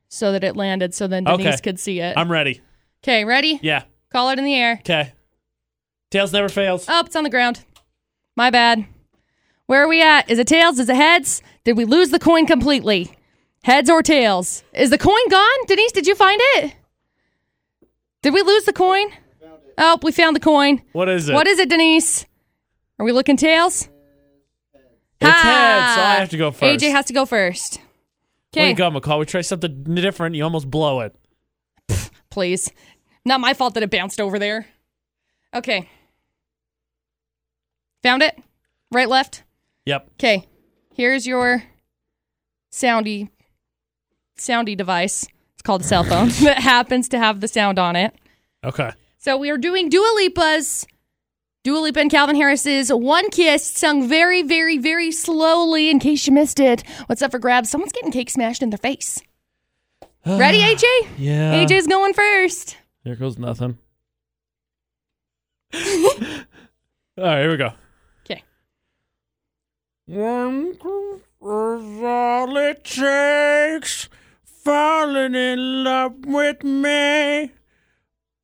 S2: so that it landed, so then Denise
S1: Okay.
S2: could see it.
S1: I'm ready.
S2: Okay, ready?
S1: Yeah.
S2: Call it in the air.
S1: Okay. Tails never fails.
S2: Oh, it's on the ground. My bad. Where are we at? Is it tails? Is it heads? Did we lose the coin completely? Heads or tails? Is the coin gone? Denise, did you find it? Did we lose the coin? Oh, we found the coin.
S1: What is it?
S2: What is it, Denise? Are we looking tails?
S1: It's
S2: Ha!
S1: heads, so I have to go first.
S2: AJ has to go first.
S1: Way
S2: Okay.
S1: to go, McCall. We try something different. You almost blow it.
S2: please. Not my fault that it bounced over there. Okay. Found it? Right, left?
S1: Yep.
S2: Okay. Here's your soundy soundy device. It's called a cell phone that happens to have the sound on it.
S1: Okay.
S2: So we are doing Dua Lipa's Dua Lipa and Calvin Harris's One Kiss, sung very, very, very slowly in case you missed it. What's up for grabs? Someone's getting cake smashed in their face. Ready, AJ?
S1: Yeah.
S2: AJ's going first.
S1: Here goes nothing. All right, here we go.
S2: 'Kay.
S1: One kiss is all it takes. Falling in love with me.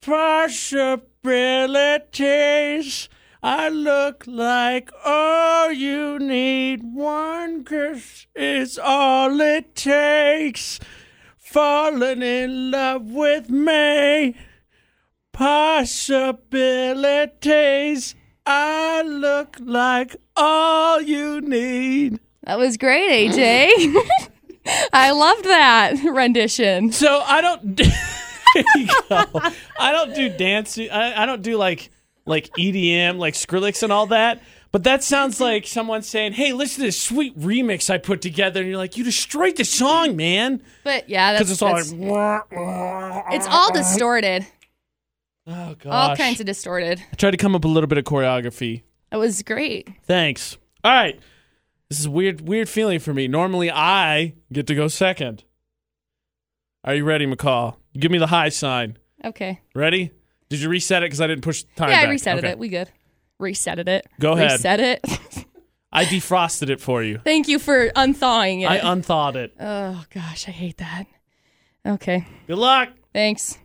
S1: Possibilities. I look like all you need. One kiss is all it takes. Falling in love with me possibilities. I look like all you need.
S2: That was great, AJ. I loved that rendition.
S1: So I don't. There you go. I don't do dance. I, I don't do like like EDM, like Skrillex and all that. But that sounds like someone saying, "Hey, listen to this sweet remix I put together," and you're like, "You destroyed the song, man!"
S2: But yeah, that's
S1: Because it's all
S2: that's-
S1: like,
S2: it's all distorted.
S1: oh gosh.
S2: All kinds of distorted.
S1: I tried to come up with a little bit of choreography.
S2: That was great.
S1: Thanks. All right. This is a weird weird feeling for me. Normally I get to go second. Are you ready, McCall? Give me the high sign.
S2: Okay.
S1: Ready? Did you reset it because I didn't push the time?
S2: yeah,
S1: back?
S2: I resetted
S1: Okay.
S2: it. We good. Resetted it.
S1: Go ahead.
S2: Reset it.
S1: I defrosted it for you.
S2: Thank you for unthawing it.
S1: I unthawed it.
S2: oh gosh, I hate that. Okay.
S1: Good luck.
S2: Thanks.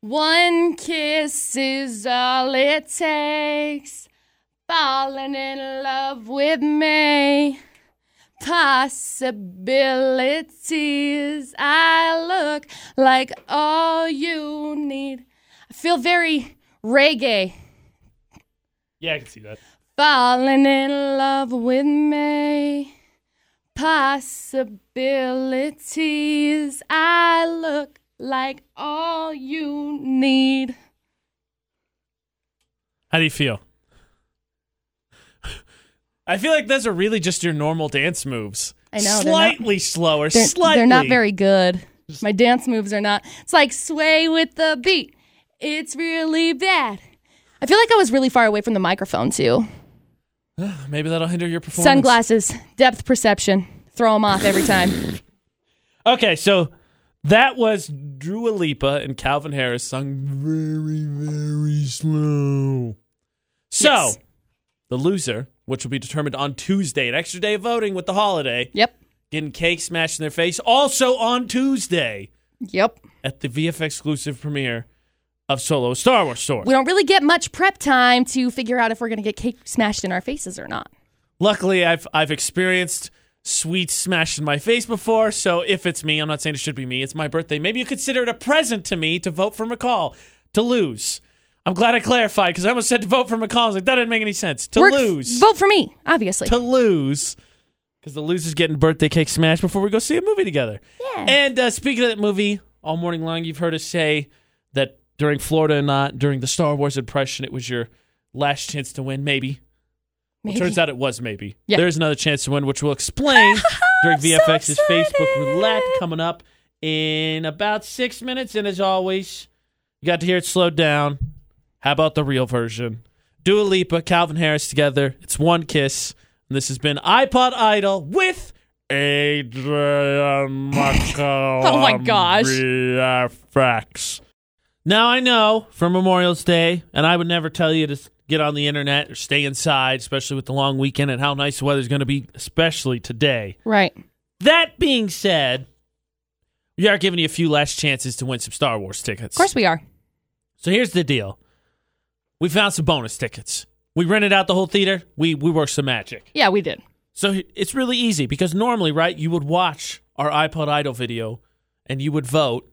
S2: One kiss is all it takes. Falling in love with me. Possibilities. I look like all you need. I feel very reggae.
S8: Yeah, I can see that.
S2: Falling in love with me. Possibilities. I look like all you need.
S1: How do you feel? I feel like those are really just your normal dance moves.
S2: I know, they're not-
S1: Slightly slower.
S2: They're,
S1: slightly.
S2: they're not very good. My dance moves are not. It's like sway with the beat. It's really bad. I feel like I was really far away from the microphone, too.
S1: Maybe that'll hinder your performance.
S2: Sunglasses, depth perception. Throw them off every time.
S1: Okay, so that was Dua Lipa and Calvin Harris sung very, very slow. So
S2: Yes.
S1: the loser, which will be determined on Tuesday, an extra day of voting with the holiday,
S2: Yep.
S1: getting cake smashed in their face, also on Tuesday
S2: Yep.
S1: at the VF exclusive premiere of Solo a Star Wars Story.
S2: We don't really get much prep time to figure out if we're going to get cake smashed in our faces or not.
S1: Luckily, I've I've experienced sweets smashed in my face before. So if it's me, I'm not saying it should be me. It's my birthday. Maybe you consider it a present to me to vote for McCall to lose. I'm glad I clarified because I almost said to vote for McCall. I was like, that didn't make any sense. To
S2: Work-
S1: lose,
S2: Vote for me, obviously.
S1: to lose, because the loser's getting birthday cake smashed before we go see a movie together.
S2: Yeah.
S1: And uh, speaking of that movie, all morning long, you've heard us say that during Florida and not during the Star Wars impression, it was your last chance to win. Maybe
S2: Maybe.
S1: Turns out it was maybe.
S2: Yeah.
S1: There is another chance to win, which we'll explain during VFX's Facebook roulette coming up in about six minutes. And as always, you got to hear it slowed down. How about the real version? Dua Lipa, Calvin Harris together. It's one kiss. And this has been iPod Idol with Adrian McCall.
S2: Oh my Oh gosh.
S1: VFX. Now I know for Memorial's Day, and I would never tell you to s- get on the internet or stay inside, especially with the long weekend and how nice the weather's going to be, especially today.
S2: Right.
S1: That being said, we are giving you a few last chances to win some Star Wars tickets.
S2: Of course we are.
S1: So here's the deal: we found some bonus tickets. We rented out the whole theater. We we worked some magic.
S2: Yeah, we did.
S1: So he- it's really easy because normally, right, you would watch our iPod Idol video and you would vote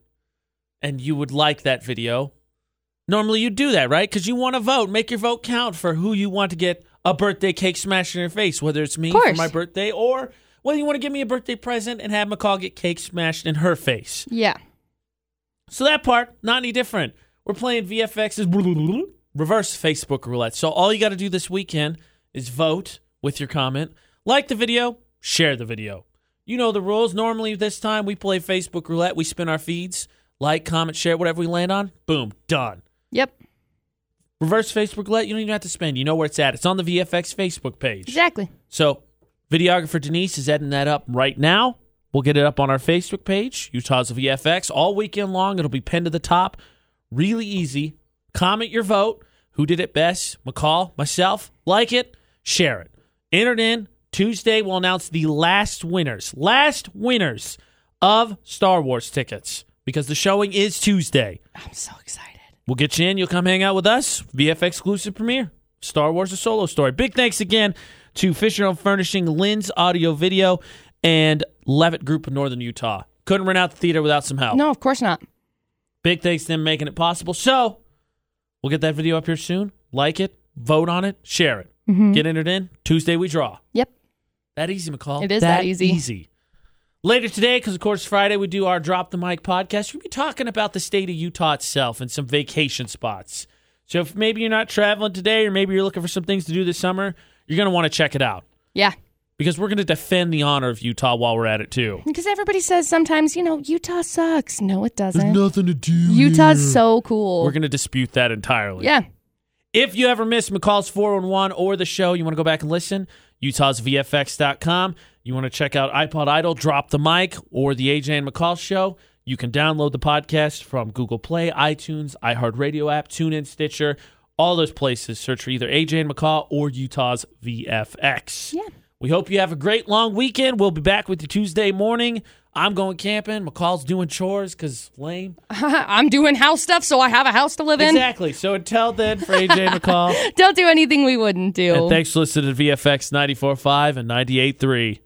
S1: and you would like that video. Normally you do that, right? Because you want to vote, make your vote count for who you want to get a birthday cake smashed in your face, whether it's me for
S2: course.
S1: my birthday or whether you want to give me a birthday present and have McCall get cake smashed in her face.
S2: Yeah.
S1: So that part, not any different. We're playing VFX's reverse Facebook roulette. So all you got to do this weekend is vote with your comment, like the video, share the video. You know the rules. Normally, this time we play Facebook roulette. We spin our feeds, like, comment, share, whatever we land on. Boom, done.
S2: Yep.
S1: Reverse Facebook let you don't even have to spend. You know where it's at. It's on the VFX Facebook page.
S2: Exactly.
S1: So, videographer Denise is editing that up right now. We'll get it up on our Facebook page, Utah's VFX, all weekend long. It'll be pinned to the top. Really easy. Comment your vote. Who did it best? McCall, myself. Like it, share it. Enter it in. Tuesday, we'll announce the last winners, last winners of Star Wars tickets because the showing is Tuesday.
S2: I'm so excited.
S1: We'll get you in. You'll come hang out with us. VFX exclusive premiere. Star Wars: A Solo Story. Big thanks again to Fisher Home Furnishing, Lynn's Audio Video, and Levitt Group of Northern Utah. Couldn't rent out the theater without some help.
S2: No, of course not.
S1: Big thanks to them making it possible. So we'll get that video up here soon. Like it, vote on it, share it. Get entered in. Tuesday we draw.
S2: Yep.
S1: That easy, McCall.
S2: It is that easy.
S1: Easy. Later today, because of course Friday we do our Drop the Mic podcast. We'll be talking about the state of Utah itself and some vacation spots. So if maybe you're not traveling today, or maybe you're looking for some things to do this summer, you're gonna want to check it out
S2: Yeah.
S1: because we're gonna defend the honor of Utah while we're at it too.
S2: Because everybody says sometimes, you know, Utah sucks. No, it doesn't.
S1: nothing to do.
S2: Utah's so cool.
S1: We're gonna dispute that entirely.
S2: yeah.
S1: If you ever missed McCall's 411 or the show, you want to go back and listen, utahsvfx.com. You want to check out iPod Idol, Drop the Mic, or the AJ and McCall show. You can download the podcast from Google Play, iTunes, iHeartRadio app, TuneIn, Stitcher, all those places. Search for either AJ and McCall or Utah's VFX.
S2: Yeah.
S1: We hope you have a great long weekend. We'll be back with you Tuesday morning. I'm going camping. McCall's doing chores because lame.
S2: I'm doing house stuff, so I have a house to live in.
S1: Exactly. So until then, for AJ and McCall.
S2: Don't do anything we wouldn't do.
S1: And thanks for listening to VFX 94.5 and 98.3.